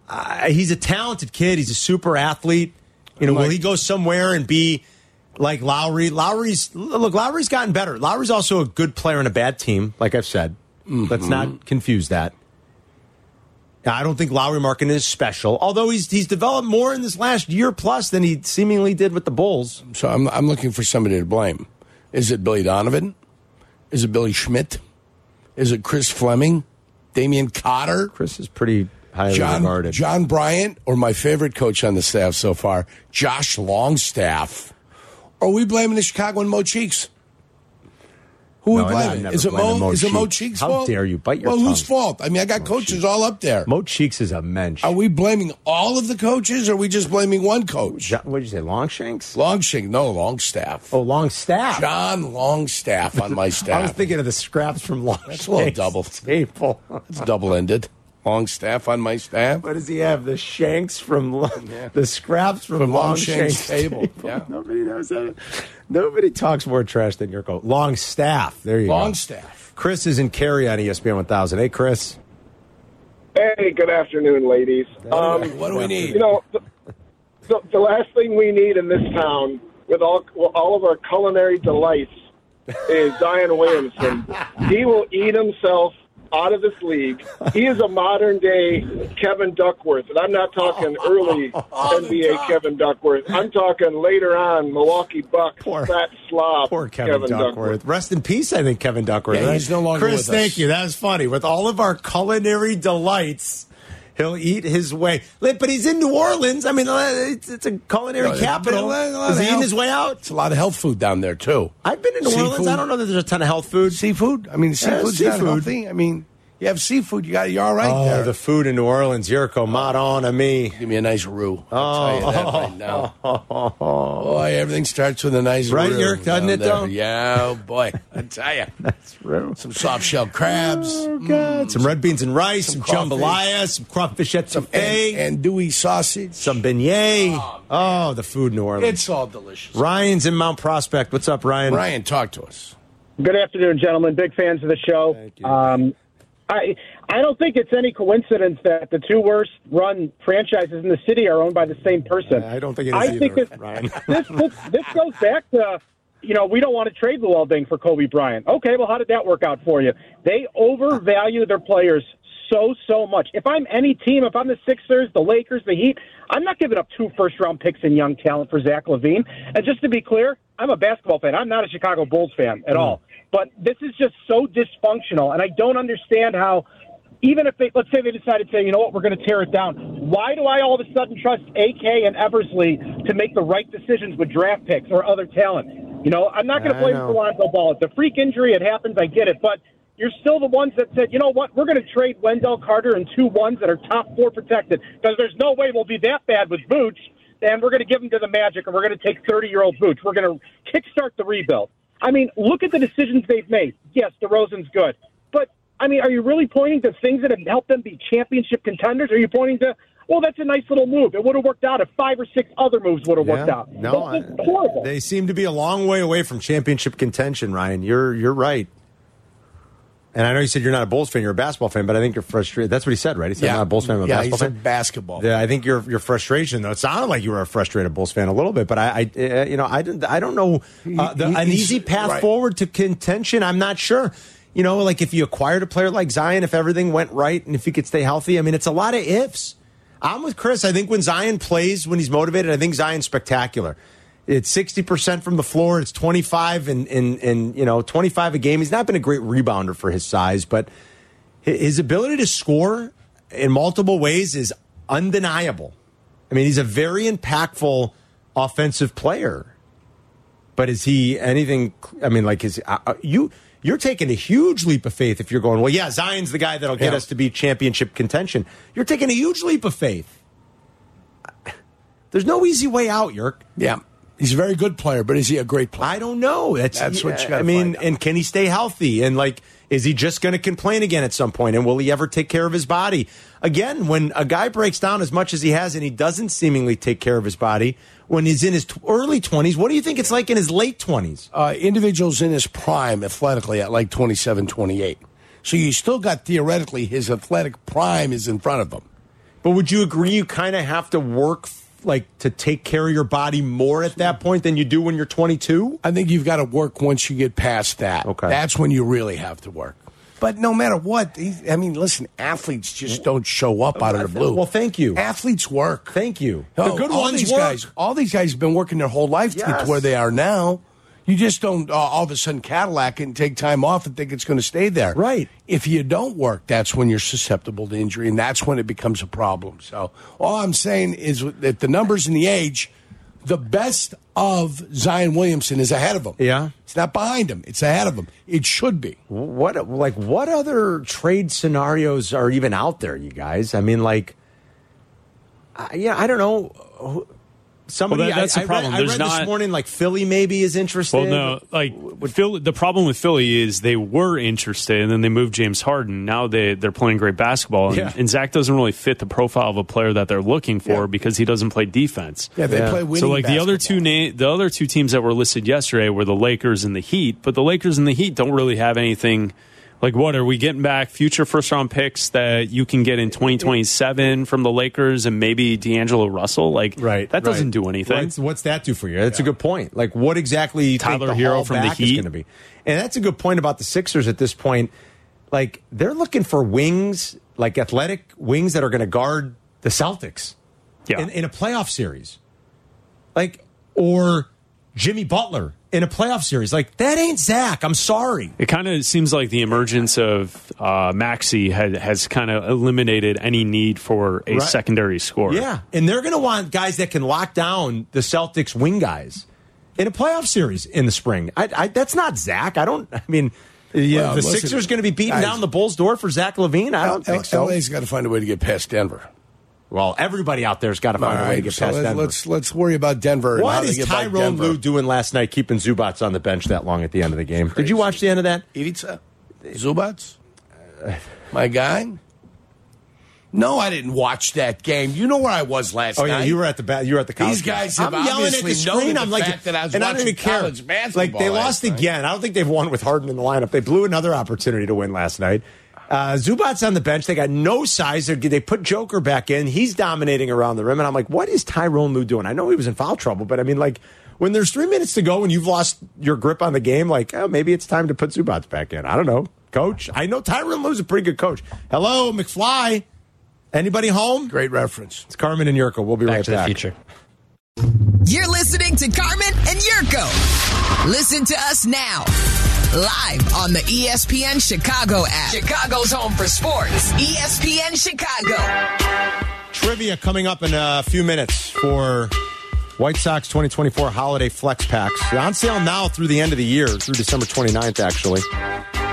C: Uh, he's a talented kid. He's a super athlete. You know, will he go somewhere and be like Lowry? Lowry's look. Lowry's gotten better. Lowry's also a good player on a bad team. Like I've said,
D: Mm-hmm.
C: let's not confuse that. Now, I don't think Lowry Markin is special, although he's he's developed more in this last year plus than he seemingly did with the Bulls.
D: So I'm, I'm looking for somebody to blame. Is it Billy Donovan? Is it Billy Schmidt? Is it Chris Fleming? Damian Cotter?
C: Chris is pretty highly
D: John,
C: regarded.
D: John Bryant? Or my favorite coach on the staff so far, Josh Longstaff? Are we blaming the Chicago and Mo Cheeks? Who are
C: No, I'm
D: we
C: not-
D: blaming?
C: never
D: Is it Mo,
C: blaming Mo
D: is it Mo
C: Cheeks.
D: Cheeks'
C: How
D: fault?
C: dare you bite your
D: Well, whose
C: tongue.
D: fault? I mean, I got coaches all up there.
C: Mo Cheeks is a mensch.
D: Are we blaming all of the coaches or are we just blaming one coach?
C: what did you say, Longshanks?
D: Longshank, no, Longstaff.
C: oh, Longstaff.
D: John Longstaff on my staff.
C: I was thinking of the scraps from Longshanks.
D: That's a little double.
C: staple.
D: It's double ended. Longstaff on my staff.
C: What does he have? The shanks from Lo- the scraps from,
D: From
C: Longshanks,
D: Longshanks table. Yeah.
C: Nobody knows that. Nobody talks more trash than your coach. Longstaff. There you go.
D: Longstaff.
C: Chris is in carry on E ESPN 1000. Hey, Chris.
J: Hey, good afternoon, ladies. Um,
D: What do we need?
J: you know, the, the, the last thing we need in this town, with all well, all of our culinary delights, is Zion Williamson. He will eat himself out of this league. He is a modern day Kevin Duckworth, and I'm not talking early NBA Kevin Duckworth. I'm talking later on Milwaukee Bucks,
C: Poor-
J: fat slob
C: Poor Kevin, Duckworth. Rest in peace, I think, Kevin Duckworth.
D: Yeah,
C: right?
D: he's no longer
C: Chris,
D: with us.
C: thank you. That was funny. With all of our culinary delights, he'll eat his way. Like, But he's in New Orleans. I mean, uh, it's, it's a culinary
D: No,
C: capital.
D: a lot of
C: Is he eating
D: health-
C: his way out?
D: It's a lot of health food down there, too.
C: I've been in New Orleans.
D: Seafood.
C: I don't know that there's a ton of health food.
D: Seafood? I mean, seafood's not
C: seafood.
D: healthy. I mean, you have seafood, you got, you're all right
C: Oh,
D: there.
C: the food in New Orleans, Yurko, Madonna, me.
D: Give me a nice roux. I'll
C: Oh.
D: tell you that right now. Boy, everything starts with a nice
C: Right,
D: roux.
C: Yerk, doesn't
D: down
C: it,
D: there.
C: though?
D: Yeah, oh boy. I tell you.
C: That's real.
D: Some soft shell crabs. Mm.
C: Oh, God. Some red beans and rice, some,
D: Some
C: jambalaya, some crawfish etouffee,
D: and, and dewy sausage.
C: some beignet. Oh, the food in New Orleans.
D: It's all delicious.
C: Ryan's in Mount Prospect. What's up, Ryan?
D: Ryan, talk to us.
I: Good afternoon, gentlemen. Big fans of the show.
C: Thank you.
I: Um, I I don't think it's any coincidence that the two worst run franchises in the city are owned by the same person.
C: I don't think it is
I: I
C: either,
I: think this,
C: Ryan.
I: this, this this goes back to you know we don't want to trade Llewellyn for Kobe Bryant. Okay, well how did that work out for you? They overvalue their players so so much. If I'm any team, if I'm the Sixers, the Lakers, the Heat, I'm not giving up two first round picks and young talent for Zach Levine. And just to be clear, I'm a basketball fan. I'm not a Chicago Bulls fan at all. But this is just so dysfunctional, and I don't understand how even if they, let's say they decided to say, you know what, we're going to tear it down. Why do I all of a sudden trust AK and Eversley to make the right decisions with draft picks or other talent? You know, I'm not going
C: I
I: to blame
C: know.
I: Toronto Ball. It's a freak injury. It happens. I get it. But you're still the ones that said, you know what, we're going to trade Wendell Carter and two ones that are top four protected because there's no way we'll be that bad with Boots. And we're going to give them to the Magic, and we're going to take 30 year old Boots. We're going to kickstart the rebuild. I mean, look at the decisions they've made. Yes, DeRozan's good, but I mean, are you really pointing to things that have helped them be championship contenders? Are you pointing to, well, that's a nice little move. It would have worked out if five or six other moves would have
C: Yeah.
I: worked out.
C: No,
I: that's just
C: I-
I: horrible.
C: they seem to be a long way away from championship contention, Ryan. You're you're right. And I know you said you're not a Bulls fan, you're a basketball fan, but I think you're frustrated. That's what he said, right? He said, I'm not a Bulls fan, I'm a
D: yeah,
C: basketball
D: he's a
C: fan.
D: basketball.
C: Yeah, I think your your frustration though. It sounded like you were a frustrated Bulls fan a little bit, but I, I uh, you know, I didn't. I don't know uh, the,
D: He-
C: an
D: he's-
C: easy path
D: right.
C: forward to contention. I'm not sure. You know, like if you acquired a player like Zion, if everything went right and if he could stay healthy, I mean, it's a lot of ifs. I'm with Chris. I think when Zion plays, when he's motivated, I think Zion's spectacular. It's sixty percent from the floor. It's twenty five and and and you know twenty five a game. He's not been a great rebounder for his size, but his ability to score in multiple ways is undeniable. I mean, he's a very impactful offensive player. But is he anything? I mean, like is uh, uh, you? You're taking a huge leap of faith if you're going. Well, yeah, Zion's the guy that'll get
D: Yeah.
C: us to be championship contention. You're taking a huge leap of faith. There's no easy way out, Yerk.
D: Yeah. He's a very good player, but is he a great player?
C: I don't know. That's,
D: That's what you gotta
C: I mean,
D: find out.
C: and can he stay healthy? And like, is he just going to complain again at some point? And will he ever take care of his body? Again, when a guy breaks down as much as he has, and he doesn't seemingly take care of his body when he's in his t- early twenties, what do you think it's like in his late twenties?
D: uh, individuals in his prime athletically at like 27, 28. So you still got theoretically his athletic prime is in front of him.
C: But would you agree you kind of have to work like to take care of your body more at that point than you do when you're 22?
D: I think you've got to work once you get past that.
C: Okay.
D: That's when you really have to work. But no matter what, he- I mean, listen, athletes just don't show up out of the blue.
C: Well, thank you.
D: Athletes work.
C: Thank you.
D: Oh,
C: the good
D: all
C: ones
D: these
C: work.
D: Guys, all these guys have been working their whole life to get
C: Yes.
D: to where they are now. You just don't uh, all of a sudden Cadillac and take time off and think it's going to stay there.
C: Right.
D: If you don't work, that's when you're susceptible to injury, and that's when it becomes a problem. So all I'm saying is that the numbers and the age, the best of Zion Williamson is ahead of him.
C: Yeah.
D: It's not behind him. It's ahead of him. It should be.
C: what like what other trade scenarios are even out there you guys i mean like I yeah i don't know Who- somebody
G: Well, that- that's
C: I,
G: the
C: I
G: problem.
C: read, I
G: There's
C: read
G: not-
C: this morning like philly maybe is interested
G: Well, no, like Philly, the problem with Philly is they were interested, and then they moved James Harden. Now they they're playing great basketball, and,
C: Yeah.
G: and Zach doesn't really fit the profile of a player that they're looking for
D: Yeah.
G: because he doesn't play defense.
D: Yeah, they
C: Yeah.
D: play
C: So,
D: winning.
G: So like the other
D: basketball.
G: two na- the other two teams that were listed yesterday were the Lakers and the Heat, but the Lakers and the Heat don't really have anything. Like what are we getting back? Future first round picks that you can get in twenty twenty seven from the Lakers and maybe D'Angelo Russell. Like that doesn't do anything.
C: what's, what's that do for you that's a good point like what exactly you think
G: Tyler
C: the
G: Hero
C: haul
G: from the
C: back is
G: Heat?
C: going to be and that's a good point about the sixers at this point like they're looking for wings like athletic wings that are going to guard the celtics
G: yeah.
C: in, in a playoff series, like or Jimmy Butler in a playoff series. Like that ain't Zach. I'm sorry.
G: It kind of seems like the emergence of uh, Maxi had, has kind of eliminated any need for a
C: Right.
G: secondary scorer.
C: Yeah, and they're going to want guys that can lock down the Celtics wing guys in a playoff series in the spring. I, I, that's not Zach. I don't. I mean, yeah,
D: Well,
C: the
D: listen,
C: Sixers going to be beating
D: guys-
C: down the Bulls' door for Zach Levine. I don't
D: L-
C: think so.
D: LA's got to find a way to get past Denver.
C: well, everybody out there's got to
D: All
C: find a way to
D: right,
C: get
D: so
C: past
D: let's,
C: Denver.
D: let's let's worry about Denver. and how
C: what
D: they
C: is
D: get by
C: Tyrone
D: Denver.
C: Lou doing last night, keeping Zubats on the bench that long at the end of the game? Did you watch the end of that?
D: Ivica? Zubats? My guy? No, I didn't watch that game. You know where I was last
C: Oh
D: night.
C: yeah, you were at the ba- you were at the college.
D: These guys
C: game.
D: have obviously noted the fact that I was
C: and I
D: watching
C: don't even care.
D: college
C: Like
D: basketball
C: they
D: last
C: lost
D: night.
C: again. I don't think they've won with Harden in the lineup. They blew another opportunity to win last night. Uh, Zubat's on the bench. They got no size. They're- They put Joker back in. He's dominating around the rim, and I'm like, what is Tyrone Lue doing? I know he was in foul trouble, but I mean, like when there's three minutes to go and you've lost your grip on the game, like oh, maybe it's time to put Zubats back in. I don't know, coach. I know Tyrone Lue's a pretty good coach. Hello, McFly. Anybody home?
D: Great reference.
C: It's Carmen and Yurko. We'll be
F: Back
C: right
F: to
C: back.
F: the future.
A: You're listening to Carmen and Yurko. Listen to us now. Live on the E ESPN Chicago app. E Chicago's home for sports. ESPN Chicago.
C: Trivia coming up in a few minutes for White Sox 2024 Holiday Flex Packs. They're on sale now through the end of the year, through December 29th, actually.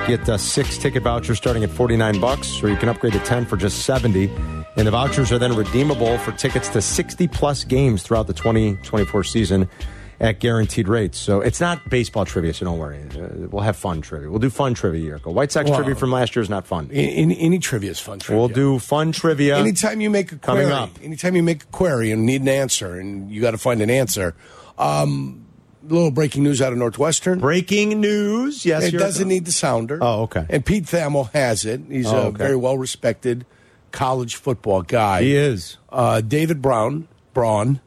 C: Get uh, six ticket vouchers starting at 49 bucks, or you can upgrade to 10 for just 70. And the vouchers are then redeemable for tickets to 60 plus games throughout the 2024 season at guaranteed rates. So it's not baseball trivia, so don't worry. Uh, we'll have fun trivia. We'll do fun trivia here. White Sox
D: Wow.
C: trivia from last year is not fun.
D: In, in, any trivia is fun. Trivia.
C: We'll do fun trivia.
D: Anytime you make a query,
C: Coming up.
D: anytime you make a query and need an answer, and you got to find an answer. Um, little breaking news out of Northwestern.
C: Breaking news. Yes,
D: It
C: you're-
D: doesn't need the sounder.
C: Oh, okay.
D: And Pete Thamel has it. He's
C: Oh,
D: a
C: okay.
D: very well respected college football guy.
C: He is
D: Uh, David Brown, Braun,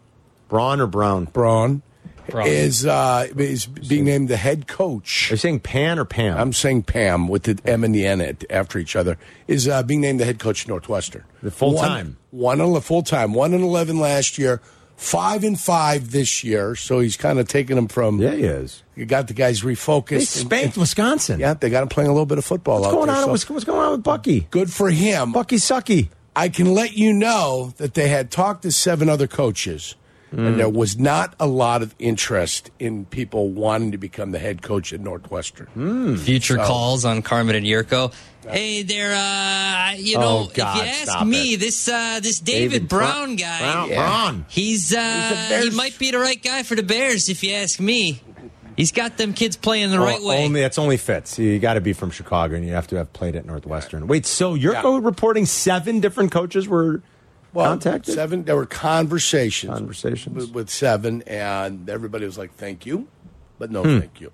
C: Braun or Brown. Are
D: Braun,
F: Braun.
D: is uh, is being named the head coach.
C: you saying Pan or Pam?
D: I'm saying Pam with the M and the N at, after each other is uh, being named the head coach of Northwestern.
C: The full-time.
D: one, one on full time, one and eleven last year, five and five this year. So he's kind of taking them from.
C: yeah, he is.
D: You got the guys refocused.
C: They
D: and-
C: spanked Wisconsin.
D: yeah, they got him playing a little bit of football.
C: What's
D: out
C: going
D: there,
C: on?
D: so-
C: What's, what's going on with Bucky?
D: Good for him.
C: Bucky Sucky.
D: I can let you know that they had talked to seven other coaches,
C: Mm.
D: and there was not a lot of interest in people wanting to become the head coach at Northwestern.
F: Future
D: So-
F: calls on Carmen and Yurko. Hey there, uh, you
C: Oh,
F: know,
C: God,
F: if you ask
C: stop
F: me,
C: it.
F: this uh, this David,
C: David Bra-
F: Brown guy,
C: Brown- Brown.
F: he's uh, he
D: Bears-
F: might be the right guy for the Bears, if you ask me. He's got them kids playing the right
C: O-
F: way.
C: Oh, Only that's only fits. You got to be from Chicago, and you have to have played at Northwestern. Wait, so you're
D: Yeah.
C: co- reporting seven different coaches were contacted?
D: seven. There were conversations,
C: Conversations.
D: with, with seven, and everybody was like, "Thank you," but no, thank you.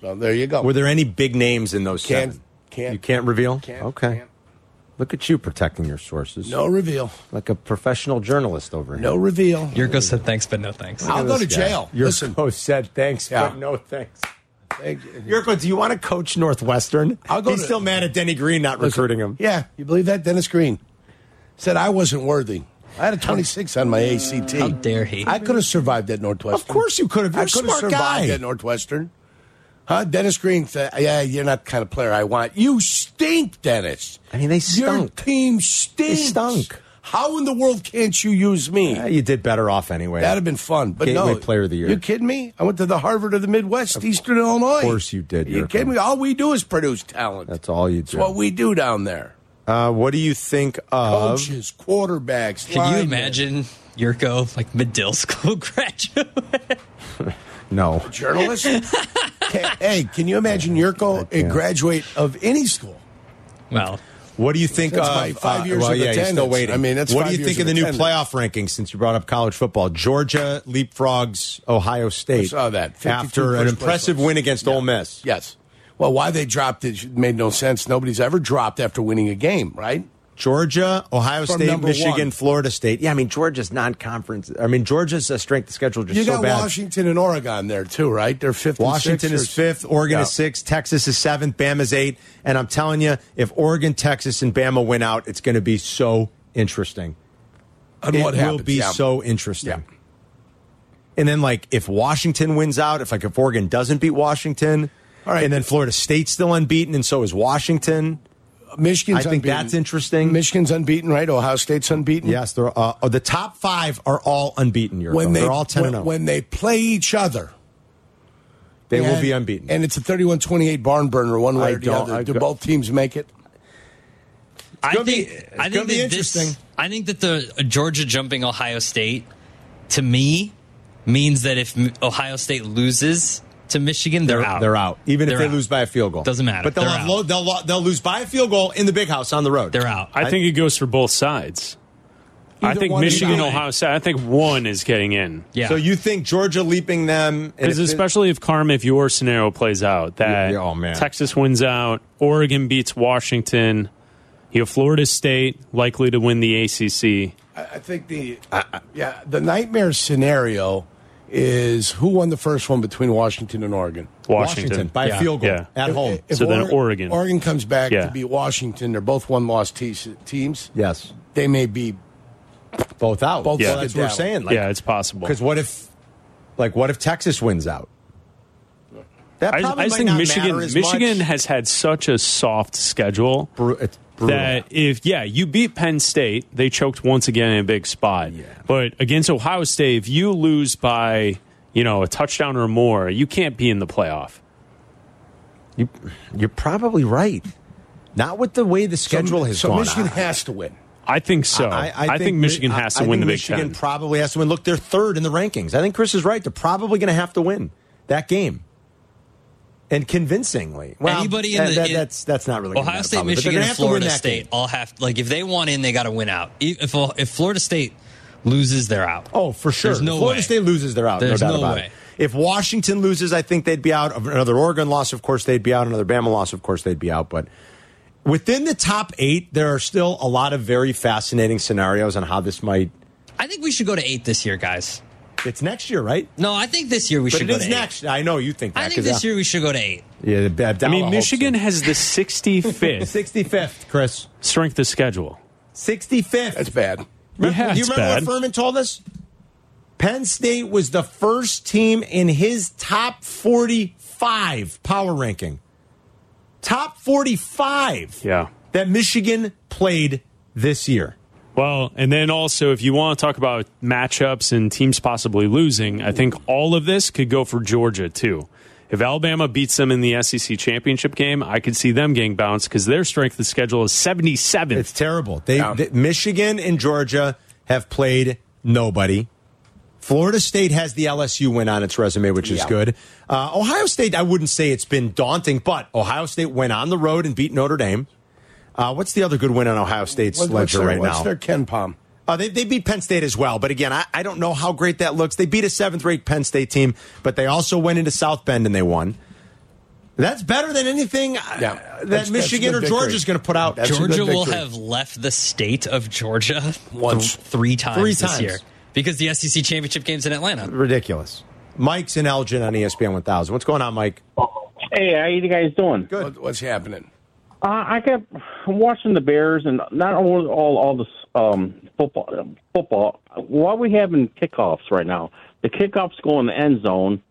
D: So there you go.
C: Hmm. Were there any big names in those
D: Can't-
C: 7
D: can't-
C: you can't reveal.
D: Can't-
C: okay,
D: can't.
C: look at you protecting your sources.
D: no reveal?
C: like a professional journalist over here.
D: No reveal.
C: oh,
F: Yurko said thanks, but no thanks.
D: I'll go to
C: This guy.
D: jail.
C: Your
D: Listen,
C: coach said thanks,
D: Yeah.
C: but no thanks.
D: thank you.
C: Yurko, do you want to coach Northwestern?
D: I'll go
C: He's
D: to-
C: still mad at Denny Green not recruiting him.
D: Yeah, you believe that? Dennis Green said I wasn't worthy. I had a 26 on my ACT.
F: How dare he?
D: I could have survived at Northwestern.
C: Of course you could have. You're
D: I
C: a
D: could have
C: smart guy.
D: survived at Northwestern. Huh? Dennis Green said, "Yeah, you're not the kind of player I want. You stink, Dennis.
C: I mean, they
D: Your
C: stunk.
D: team stinks.
C: stunk.
D: How in the world can't you use me?
C: Yeah, you did better off anyway.
D: That'd have been fun. But no,
C: Gateway player of the year.
D: You kidding me? I went to the Harvard of the Midwest, Eastern Illinois. Of
C: course you did,
D: You
C: Yurko.
D: kidding me? All we do is produce talent.
C: That's all you
D: That's
C: do.
D: what we do down there.
C: uh, what do you think of?
D: Coaches, quarterbacks.
F: Can you
D: linemen.
F: imagine Yurko, like middle school graduate?
C: No.
D: journalist? Ca- hey, can you imagine Yurko, a graduate of any school?
F: well,
C: What do you think
D: That's
C: of
D: my five
C: uh,
D: years
C: well,
D: of
C: yeah, you're still
D: attendance.
C: waiting.
D: I mean, that's
C: what
D: five
C: do you
D: years
C: think
D: of
C: of the
D: attendance.
C: new playoff rankings? Since you brought up college football, Georgia leapfrogs Ohio State.
D: I saw that. 52
C: after an
D: first place
C: impressive
D: votes.
C: win against Ole Miss.
D: Yes. Well, why they dropped it made no sense. Nobody's ever dropped after winning a game, right?
C: Georgia, Ohio
D: From
C: State,
D: number
C: Michigan,
D: one.
C: Florida State. Yeah, I mean Georgia's non-conference. I mean Georgia's uh, strength of schedule just
D: You
C: so
D: got
C: bad.
D: Washington and Oregon there too, right? They're fifth. and
C: Washington
D: sixth
C: is
D: or-
C: fifth, Oregon
D: Yeah.
C: is sixth, Texas is seventh, Bama's eight. And I'm telling you, if Oregon, Texas, and Bama win out, it's going to be so interesting.
D: And
C: it
D: what
C: will
D: happens?
C: be
D: Yeah.
C: so interesting.
D: Yeah.
C: And then, like, if Washington wins out, if like if Oregon doesn't beat Washington,
D: All right.
C: and then Florida State's still unbeaten, and so is Washington.
D: Michigan's.
C: I think
D: unbeaten.
C: that's interesting.
D: Michigan's unbeaten, right? Ohio State's unbeaten.
C: Yes, they're uh, oh, the top five are all unbeaten. Europe.
D: When they
C: are all ten
D: when,
C: and oh. zero.
D: when they play each other,
C: they will
D: and-
C: be unbeaten.
D: And it's a 31-28 barn burner, one way
C: I
D: or the
C: don't-
D: other.
C: I
D: Do
C: go-
D: both teams make it?
F: I
C: gonna be-
F: think
C: it's
F: I
C: gonna
F: think
C: be
F: that this,
C: interesting.
F: I think that the uh, Georgia jumping Ohio State to me means that if M- Ohio State loses to Michigan, they're, out.
C: They're out. Even if
F: They're
C: they
F: out.
C: lose by a field goal,
F: Doesn't matter.
C: But they'll
F: They're
C: have
F: out.
C: low, they'll lo- they'll lose by a field goal in the big house on the road.
F: They're out.
G: I think it goes for both sides. I
D: Either
G: think
D: one is
G: Michigan,
D: out.
G: Ohio State. I think one is getting in.
F: yeah.
C: So you think Georgia leaping them? and
G: Because
C: if it-
G: especially if Carm, if your scenario plays out, that
C: Yeah, yeah, oh, man.
G: Texas wins out, Oregon beats Washington, you have Florida State likely to win the ACC.
D: I I think the yeah the nightmare scenario is who won the first one between Washington and Oregon.
G: Washington,
C: by
G: Yeah,
C: a field goal
G: yeah.
C: at home.
D: If
G: So then
D: Ore-
G: Oregon.
D: Oregon comes back
G: Yeah.
D: to beat Washington. They're both one-loss te- teams.
C: yes,
D: They may be
C: both out.
D: Both
C: Well,
G: out.
C: that's what we're saying.
G: yeah, it's possible.
C: Because what if, like, what if Texas wins out? That
G: I, just- I just think Michigan Michigan has had such a soft schedule
C: it's brutal.
G: that if yeah you beat Penn State they choked once again in a big spot but against Ohio State if you lose by you know a touchdown or more you can't be in the playoff
C: you, you're probably right. Not with the way the schedule has
D: so
C: gone.
D: Michigan
C: I-
D: has to win.
G: I think so I, think, Michigan
C: Mi-
G: has
C: I-
G: to
C: I
G: win the
C: think
G: Big
C: Michigan
G: Ten
C: probably has to win. Look, they're third in the rankings. I think Chris is right. They're probably going to have to win that game, and convincingly. Well,
F: Anybody in
C: that-
F: the-
C: that-
F: in-
C: that's that's not really gonna
F: Ohio
C: matter
F: State,
C: probably, but they're
F: Michigan,
C: gonna
F: and
C: have to win
F: Florida
C: that game.
F: State all have like if they want in, they got to win out. E- If if Florida State loses, they're out.
C: Oh, for sure.
F: There's no
C: If Florida
F: way.
C: State loses, they're out.
F: There's
C: no doubt
F: no
C: about
F: way.
C: it. If Washington loses, I think they'd be out. Another Oregon loss, of course, they'd be out. Another Bama loss, of course, they'd be out. But within the top eight, there are still a lot of very fascinating scenarios on how this might.
F: I think we should go to eight this year, guys.
C: It's next year, right?
F: No, I think this year we
C: But
F: should
C: it
F: go
C: is
F: to eight.
C: next. I know you think that.
F: I think
C: 'cause,
F: this
C: uh,
F: year we should go to eight.
C: Yeah, the-
G: I
C: Abdallah
G: mean
C: hopes
G: Michigan
C: so.
G: has the 65th
C: 65th, Chris.
G: strength of schedule
C: 65th.
D: That's bad.
G: yeah,
C: Do you
G: it's
C: remember
G: bad.
C: what Furman told us? Penn State was the first team in his top 45 power ranking. Top 45
G: yeah
C: that Michigan played this year.
G: Well, and then also, if you want to talk about matchups and teams possibly losing, I think all of this could go for Georgia too. If Alabama beats them in the SEC championship game, I could see them getting bounced because their strength of schedule is 77.
C: It's terrible. They, they- Michigan and Georgia have played nobody. Florida State has the LSU win on its resume, which is
D: Yeah.
C: good. Uh, Ohio State, I wouldn't say it's been daunting, but Ohio State went on the road and beat Notre Dame. Uh, what's the other good win on Ohio State's
D: What- what's
C: ledger
D: their-
C: right
D: what's
C: now?
D: their Ken Palm?
C: Uh, they, they beat Penn State as well, but again, I, I don't know how great that looks. They beat a seventh rate Penn State team, but they also went into South Bend and they won. That's better than anything uh,
D: Yeah.
C: that
D: That's- that's a
C: Michigan
D: good
C: or
D: victory.
C: Georgia is going to put out.
D: That's a good
F: Georgia will
D: victory.
F: have left the state of Georgia
D: Once.
F: th- three times
C: Three
F: this
C: times.
F: year because the SEC championship game's in Atlanta.
C: ridiculous. Mike's in Elgin on E ESPN 1000. What's going on, Mike?
K: Hey, how you guys doing?
C: Good.
D: What, what's happening?
K: Uh, I kept watching the Bears, and not all all, all this um, football. um, Football. Why are we having kickoffs right now? The kickoffs go in the end zone,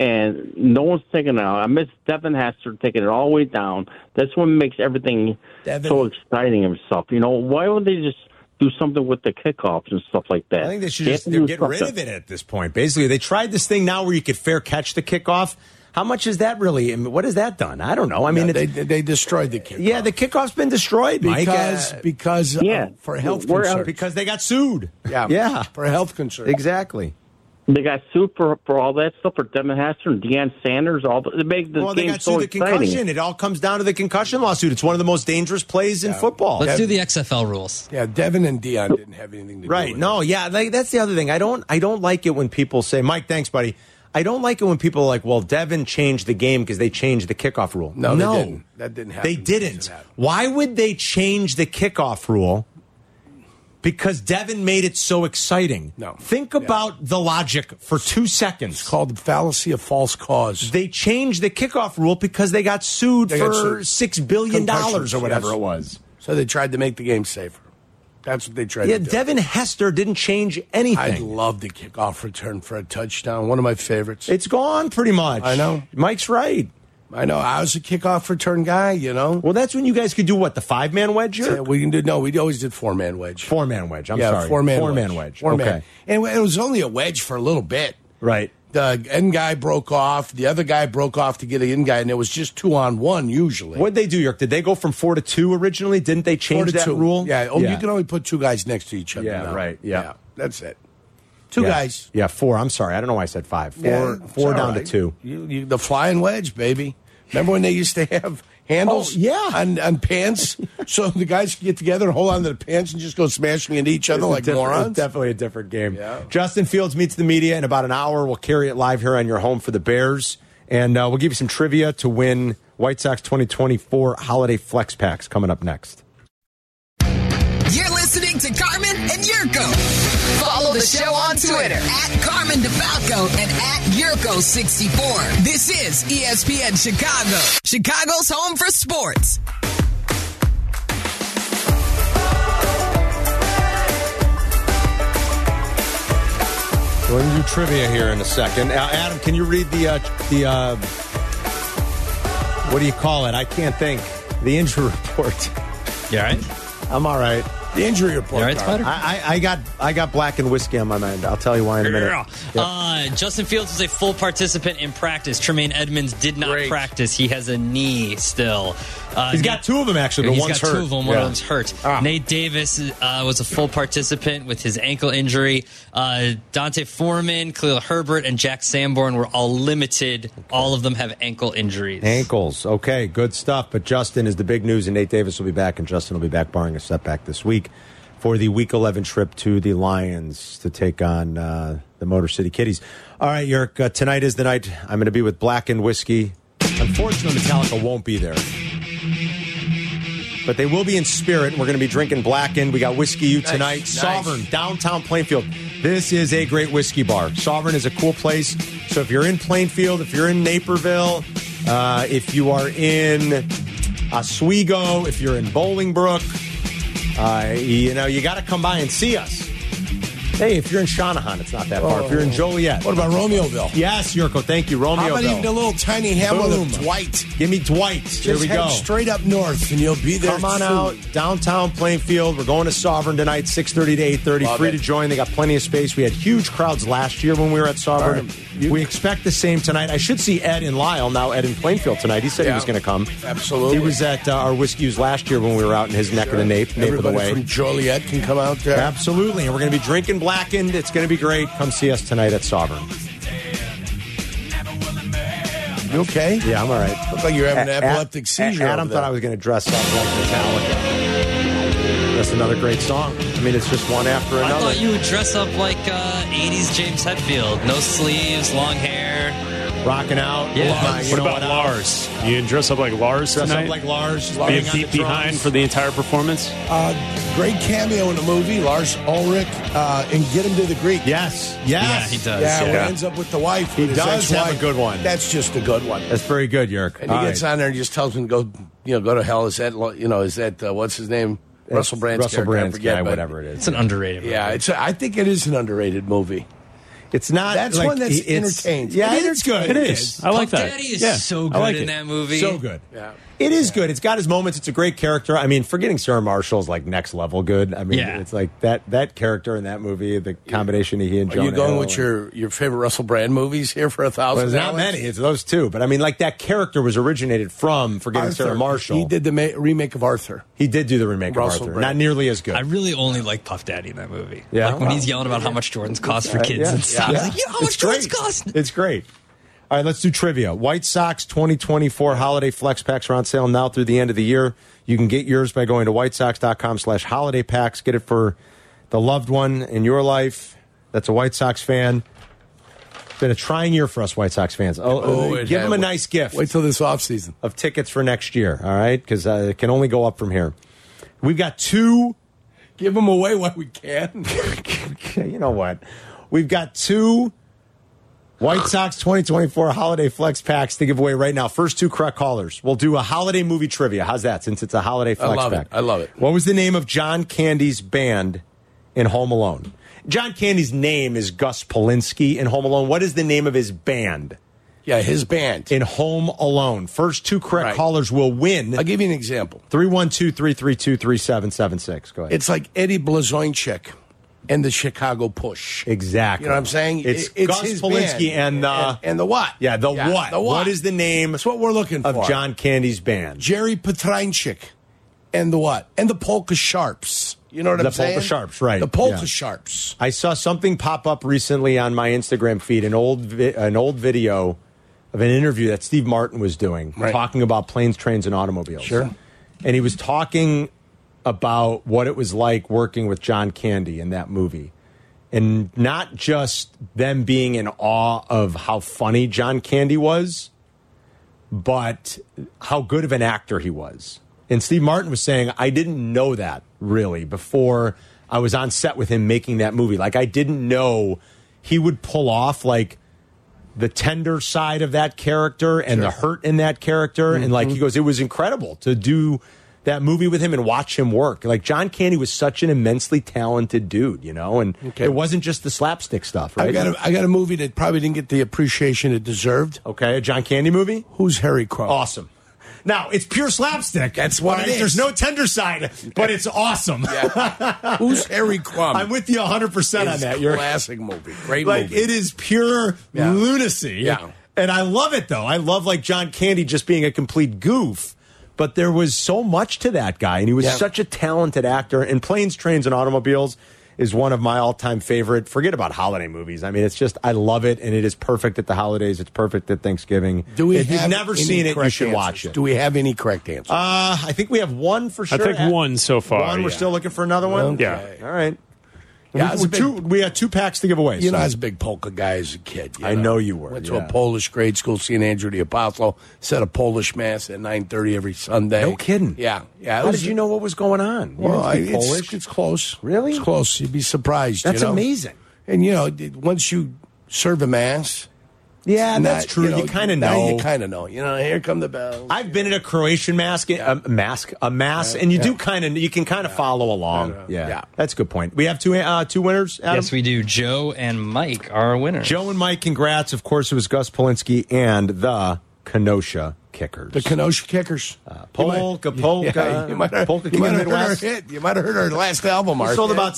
K: and no one's taking it out. I miss Devin Hester taking it all the way down. That's what makes everything
C: Devin.
K: so exciting and stuff. You know, why would they just do something with the kickoffs and stuff like that?
C: I think they should
K: They
C: just
K: have to do
C: get rid
K: something.
C: of it at this point. Basically, they tried this thing now where you could fair catch the kickoff. How much is that really? I mean, what has that done? I don't know. I mean,
D: Yeah,
C: it's,
D: they, they destroyed the kid.
C: yeah, the kickoff's been destroyed, Mike,
D: because
C: uh,
D: because uh,
K: Yeah.
D: for health
K: We're out-
D: concerns.
C: because they got sued.
D: yeah,
C: yeah,
D: for health concerns.
C: exactly.
K: They got sued for, for all that stuff for Devin Hester and Deion Sanders. All the, it made the
C: well, they
K: game
C: got
K: so
C: sued the
K: exciting.
C: concussion. It all comes down to the concussion lawsuit. It's one of the most dangerous plays in football.
F: Let's do the XFL rules.
D: Yeah, Devin and Dion didn't have anything to do
C: Right.
D: with
C: No. Yeah. Like that's the other thing. I don't. I don't like it when people say, "Mike, thanks, buddy." I don't like it when people are like, "Well, Devin changed the game because they changed the kickoff rule."
D: No, they didn't. That didn't happen
C: They
D: because of
C: didn't.
D: that.
C: Why would they change the kickoff rule? Because Devin made it so exciting.
D: No.
C: Think
D: Yeah.
C: about the logic for two seconds.
D: It's called the fallacy of false cause.
C: they changed the kickoff rule because they got sued
D: They
C: for
D: got sued.
C: six billion dollars
D: Concussions,
C: or whatever
D: yes.
C: it was.
D: So they tried to make the game safer. That's what they tried
C: Yeah,
D: to do.
C: Devin Hester didn't change
D: I
C: anything.
D: love the kickoff return for a touchdown. One of my favorites.
C: it's gone pretty much.
D: I know.
C: Mike's right.
D: I know. I was a kickoff return guy, you know.
C: Well, that's when you guys could do what the five man wedge,
D: Yeah, we can do no. We always did four man wedge.
C: four man wedge. I'm
D: yeah,
C: sorry,
D: four man,
C: four-man
D: wedge.
C: wedge.
D: Four man.
C: Okay.
D: And it was only a wedge for a little bit.
C: right?
D: The end guy broke off. The other guy broke off to get an end guy, and it was just two on one usually.
C: What would they do, York? Did they go from four to two originally? Didn't they
D: Four
C: change
D: to
C: that
D: two.
C: rule?
D: Yeah. Oh, you can only put two guys next to each other.
C: Yeah,
D: now.
C: right, yeah.
D: That's it. Two
C: Yeah.
D: guys.
C: Yeah, four. I'm sorry, I don't know why I said five. Four,
D: Yeah, it's
C: four
D: all
C: down
D: right.
C: to two.
D: You, you, the flying wedge, baby. Remember when they used to have handles?
C: Oh, yeah.
D: on, on pants. so the guys could get together and hold on to the pants and just go smashing into each other
C: It's a
D: like
C: different-
D: morons.
C: It's definitely a different game.
D: Yeah.
C: Justin Fields meets the media in about an hour. We'll carry it live here on your home for the Bears, and uh, we'll give you some trivia to win White Sox 2024 Holiday Flex Packs coming up next.
A: You're listening to Carmen and Yurko. Follow the show on Twitter at Carmen DeFalco and at Yurko64. This is E ESPN Chicago, Chicago's home for sports.
C: We're going to do trivia here in a second. Uh, Adam, can you read the uh, the uh, what do you call it? I can't think. The injury report.
F: You all right?
C: I'm all right.
D: the injury
F: You
D: report.
F: all right,
D: card.
F: Spider?
C: I, I, I got I got black and whiskey on my mind. I'll tell you why in a minute.
F: Yeah. Uh, Justin Fields was a full participant in practice. Tremaine Edmonds did not
D: Great.
F: practice. He has a knee still. Uh,
C: He's got two of them actually, but
F: He's
C: one's
F: got
C: hurt.
F: two of them. One
C: Yeah.
F: of them's hurt.
D: Ah.
F: Nate Davis uh, was a full participant with his ankle injury. Uh, Dante Foreman, Khalil Herbert, and Jack Sanborn were all limited. All of them have ankle injuries.
C: Ankles. Okay, good stuff. But Justin is the big news, and Nate Davis will be back, and Justin will be back, barring a setback this week, for the Week 11 trip to the Lions to take on uh, the Motor City Kitties. All right, Yerk, uh, tonight is the night I'm going to be with Black and Whiskey. Unfortunately, Metallica won't be there. But they will be in spirit, and we're going to be drinking Black and We got Whiskey U tonight.
D: nice.
C: Sovereign, downtown Plainfield. This is a great whiskey bar. Sovereign is a cool place. So if you're in Plainfield, if you're in Naperville, uh, if you are in Oswego, if you're in Bolingbrook, uh, you know, you got to come by and see us. Hey, if you're in Shanahan, it's not that far. If you're in Joliet.
D: Oh. What about Romeoville?
C: Yes, Yurko. Thank you, Romeoville.
D: How about even a little tiny hamlet
C: Boom.
D: of Dwight?
C: Give me Dwight. Here
D: Just
C: we
D: head
C: go.
D: straight up north, and you'll be there.
C: Come on
D: soon.
C: out, downtown Plainfield. We're going to Sovereign tonight, 6.30 to 8.30.
D: Love
C: Free
D: it.
C: to join. They got plenty of space. We had huge crowds last year when we were at Sovereign. we expect the same tonight. I should see Ed and Lyle, now Ed in Plainfield tonight. He said he
D: Yeah.
C: was going to come.
D: Absolutely.
C: He was at uh, our Whiskey's last year when we were out in his neck of the nape, nape of the
D: Everybody
C: way.
D: from Joliet can come out there.
C: Absolutely. And we're going to be drinking blackened. It's going to be great. Come see us tonight at Sovereign.
D: You okay?
C: Yeah, I'm all right.
D: Look like you're having an
C: A- A-
D: epileptic seizure.
C: Adam
D: over there.
C: thought I was going to dress up like Metallica. That's another great song. I mean, it's just one after
F: I
C: another.
F: thought you would dress up like uh, 80s James Hetfield. No sleeves, long hair.
C: Rocking out.
F: Yeah.
C: Lars, Oh you
G: What
C: know
G: about
C: what, Adam?
G: Lars? You gonna dress up like Lars
C: Dress
G: tonight?
C: up like Lars.
G: Be a
C: loving on
G: beat
C: the
G: behind
C: drums.
G: for the entire performance.
D: Uh, great cameo in the movie, Lars Ulrich, uh, and get him to the Greek.
C: Yes. Yes.
F: Yeah, he does.
C: Yeah.
D: Yeah, Who ends up with the wife.
C: He
D: with his
C: does have
D: ex-wife.
C: a good one.
D: That's just a good one.
C: That's very good, Yerk.
D: And he gets on there and just tells him to go, you know, go to hell. Is that, lo- you know, is that uh, what's his name? Russell Brand's
C: Russell
D: character, I
C: Brand's
D: forget,
C: guy,
D: but-
C: whatever it
F: It's
C: is.
F: an underrated movie.
D: Yeah, it's. A, I think it is an underrated movie.
C: It's not.
D: That's
C: like,
D: one that's
C: it- it's-
D: entertained.
C: Yeah,
D: It
C: it's good.
G: It is. I like
F: Puff
G: that.
F: Daddy is
G: yeah,
F: so
G: I
F: good
G: like
F: in
G: it.
F: that movie.
C: So good.
D: Yeah.
C: It is good. It's got his moments. It's a great character. I mean, forgetting Sarah Marshall is like next level good. I mean,
F: Yeah.
C: it's like that that character in that movie, the combination of he and
D: Are
C: Jonah
D: you going
C: Hill
D: with
C: and-
D: your your favorite Russell Brand movies here for a thousand?
C: Well, there's not
D: dollars?
C: many. It's those two. But I mean, like that character was originated from Forgetting
D: Arthur.
C: Sarah Marshall.
D: He did the ma- remake of Arthur.
C: He did do the remake
D: Russell
C: of Arthur.
D: Brand.
C: Not nearly as good.
F: I really only like Puff Daddy in that movie.
C: Yeah.
F: Like when
C: Wow.
F: he's yelling about how much Jordans cost for
C: Uh,
F: kids
C: yeah.
F: and stuff.
C: Yeah.
F: He's like, you know how
C: It's
F: much Jordans
C: great.
F: cost?
C: It's great. All right, let's do trivia. White Sox 2024 holiday flex packs are on sale now through the end of the year. You can get yours by going to whitesox.com slash holiday packs. Get it for the loved one in your life that's a White Sox fan. It's been a trying year for us White Sox fans. Oh,
D: it
C: give
D: had-
C: them a nice gift
D: Wait till this offseason.
C: of tickets for next year, all right? Because uh, it can only go up from here. We've got two
D: Give them away while we can.
C: you know what? We've got two White Sox 2024 holiday flex packs to give away right now. First two correct callers. We'll do a holiday movie trivia. How's that? Since it's a holiday flex
D: love it.
C: pack.
D: I love it.
C: What was the name of John Candy's band in Home Alone? John Candy's name is Gus Polinski in Home Alone. What is the name of his band
D: yeah, his band.
C: in Home Alone? First two correct
D: Right.
C: callers will win.
D: I'll give you an example.
C: 312 332 3776. Go ahead.
D: It's like Eddie Blazoinchik and the Chicago Push.
C: Exactly.
D: You know what I'm saying?
C: It's,
D: It- it's
C: Gus
D: his
C: Polinski
D: band.
C: and uh,
D: And- and the what?
C: Yeah, the
D: Yeah,
C: what?
D: the what.
C: What is the name?
D: That's what we're looking
C: of
D: for.
C: John Candy's band.
D: Jerry Petrynchik and the what? And the Polka Sharps. You know what
C: The
D: I'm saying?
C: Polka Sharps, right.
D: The Polka
C: Yeah.
D: Sharps.
C: I saw something pop up recently on my Instagram feed an old vi- an old video of an interview that Steve Martin was doing
D: Right.
C: talking about planes, trains, and automobiles.
D: Sure.
C: and he was talking about what it was like working with John Candy in that movie. And not just them being in awe of how funny John Candy was, but how good of an actor he was. And Steve Martin was saying, I didn't know that really before I was on set with him making that movie. Like, I didn't know he would pull off like the tender side of that character and the hurt in that character. And like, he goes, it was incredible to do that movie with him and watch him work. Like, John Candy was such an immensely talented dude, you know? And
D: Okay.
C: it wasn't just the slapstick stuff, right?
D: I got a, I got a movie that probably didn't get the appreciation it deserved.
C: okay, a John Candy movie?
D: Who's Harry Crow?
C: awesome. Now it's pure slapstick.
D: That's what
C: All
D: it is.
C: There's no tender side, but it's awesome.
D: Who's Harry Crumb?
C: I'm with you 100 percent on
D: It's
C: that.
D: a
C: You're
D: classic movie, great
C: like
D: movie.
C: it is pure
D: Yeah.
C: lunacy.
D: Yeah.
C: and I love it though. I love like John Candy just being a complete goof. But there was so much to that guy, and he was
D: Yeah.
C: such a talented actor. And Planes, Trains, and Automobiles is one of my all-time favorite. Forget about holiday movies. I mean, it's just I love it, and it is perfect at the holidays. It's perfect at Thanksgiving.
D: Do we
C: if you've
D: have
C: never
D: any
C: seen it, you
D: correct
C: should watch
D: answers?
C: it.
D: Do we have any correct answers?
C: Uh, I think we have one for sure.
G: think one so far,
C: One. We're
G: yeah.
C: still looking for another one.
D: Okay.
C: All right.
D: Yeah, I
C: we,
D: was a
C: two,
D: big-
C: we had two packs to give away.
D: you know,
C: so-
D: I was a big polka guy as a kid.
C: I know you were,
D: Went
C: yeah.
D: to a Polish grade school, St. Andrew the Apostle, said a Polish mass at nine thirty every Sunday.
C: No kidding.
D: Yeah, yeah. it
C: How
D: was-
C: did you know what was going on? You
D: Well, I,
C: didn't speak
D: it's,
C: Polish.
D: it's close.
C: Really?
D: It's close. You'd be surprised. you
C: That's
D: know?
C: amazing.
D: And you know, it- once you serve a mass,
C: Yeah,
D: Now,
C: that's true. You kinda
D: now
C: know.
D: You kind of know. You know, here come the bells.
C: I've been at a Croatian mask, a mask, a mass, and you do kind of you can kind of follow along. Yeah. that's a good point. We have two uh, two winners. Adam?
F: Yes, we do. Joe and Mike are our winners.
C: Joe and Mike, congrats. Of course, it was Gus Polinsky and the Kenosha Kickers.
D: The Kenosha Kickers. Uh,
C: polka, polka,
D: you might have,
C: polka
D: you might have
C: King
D: heard our
C: Midwest.
D: hit. You might have heard our last album.
C: We
D: Art.
C: sold about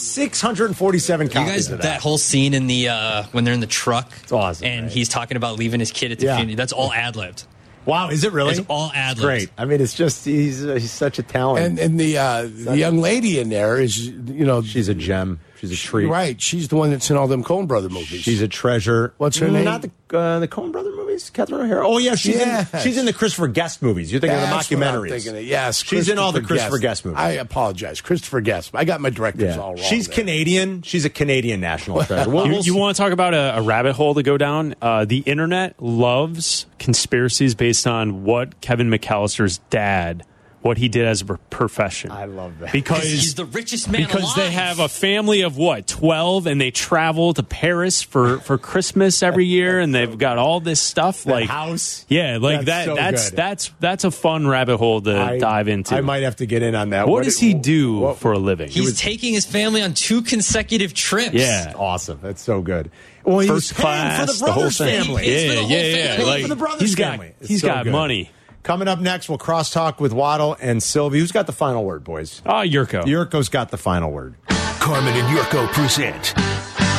C: 647
F: You
C: copies
F: guys,
C: of
F: that.
C: that.
F: whole scene in the uh, when they're in the truck, it's
C: awesome,
F: and he's talking about leaving his kid at the
C: Yeah.
F: funeral. That's all ad libbed.
C: Wow, is it really?
F: It's all ad
C: It's
F: libbed.
C: great. I mean, it's just he's uh, he's such a talent.
D: And and the uh, the young lady in there is you know
C: she's a gem. She's a treat.
D: right. She's the one that's in all them Coen Brother movies.
C: She's a treasure.
D: What's her
C: Mm,
D: name?
C: Not the uh, the Coen Brother movies. Catherine O'Hara. Oh yeah, she's in,
D: Yes.
C: she's in the Christopher Guest movies. You're thinking
D: That's
C: of
D: what
C: the
D: I'm
C: documentaries.
D: thinking of. Yes,
C: she's in all the Christopher Guest, movies.
D: I apologize, Christopher Guest. I got my directors all wrong.
C: she's
D: there.
C: Canadian. She's a Canadian national treasure. We'll-
G: you,
C: we'll-
G: want to talk about a, a rabbit hole to go down? Uh, the internet loves conspiracies based on what Kevin McAllister's dad, what he did as a pr- profession. I
C: love that
G: because
F: He's the richest man
G: because
F: alive.
G: they have a family of what twelve, and they travel to Paris for for Christmas every year, and they've got all this stuff
C: That
G: like
C: house.
G: Yeah, like
C: That's
G: that.
C: so
G: that's
C: good.
G: that's that's a fun rabbit hole to
C: I-
G: dive into.
C: I might have to get in on that.
G: what, does he do for a living?
F: He's taking his family on two consecutive trips.
G: yeah,
C: Awesome. That's so good. Well, he was
G: first
C: paying
G: class,
C: for the
G: whole
C: brothers
G: thing.
C: family.
F: He pays for
G: Yeah,
F: the whole
G: yeah, yeah.
F: family.
G: Like
C: for the brothers
G: he's got
C: family. It's
G: he's
C: so
G: got
C: good.
G: money.
C: Coming up next, we'll crosstalk with Waddle and Sylvie. Who's got the final word, boys?
G: Ah, Yurko.
C: Yurko's got the final word.
L: Carmen and Yurko present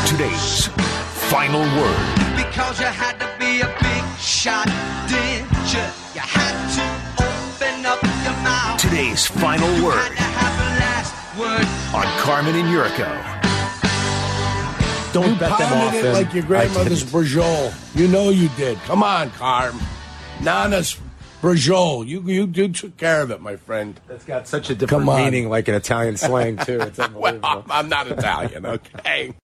L: today's final word.
H: Because you had to be a big shot, did you? You had to open up your mouth.
L: Today's final word
H: to have the last word.
L: on Carmen and Yurko.
C: Don't bet them
D: Pounded
C: off.
D: it
C: and-
D: like your grandmother's brajol. You know you did. Come on, Carm. Nana's brajol. You you you took care of it, my friend.
C: It's got such a different
D: Come on.
C: meaning, like an Italian slang, too. It's unbelievable.
D: Well, I'm not Italian, okay.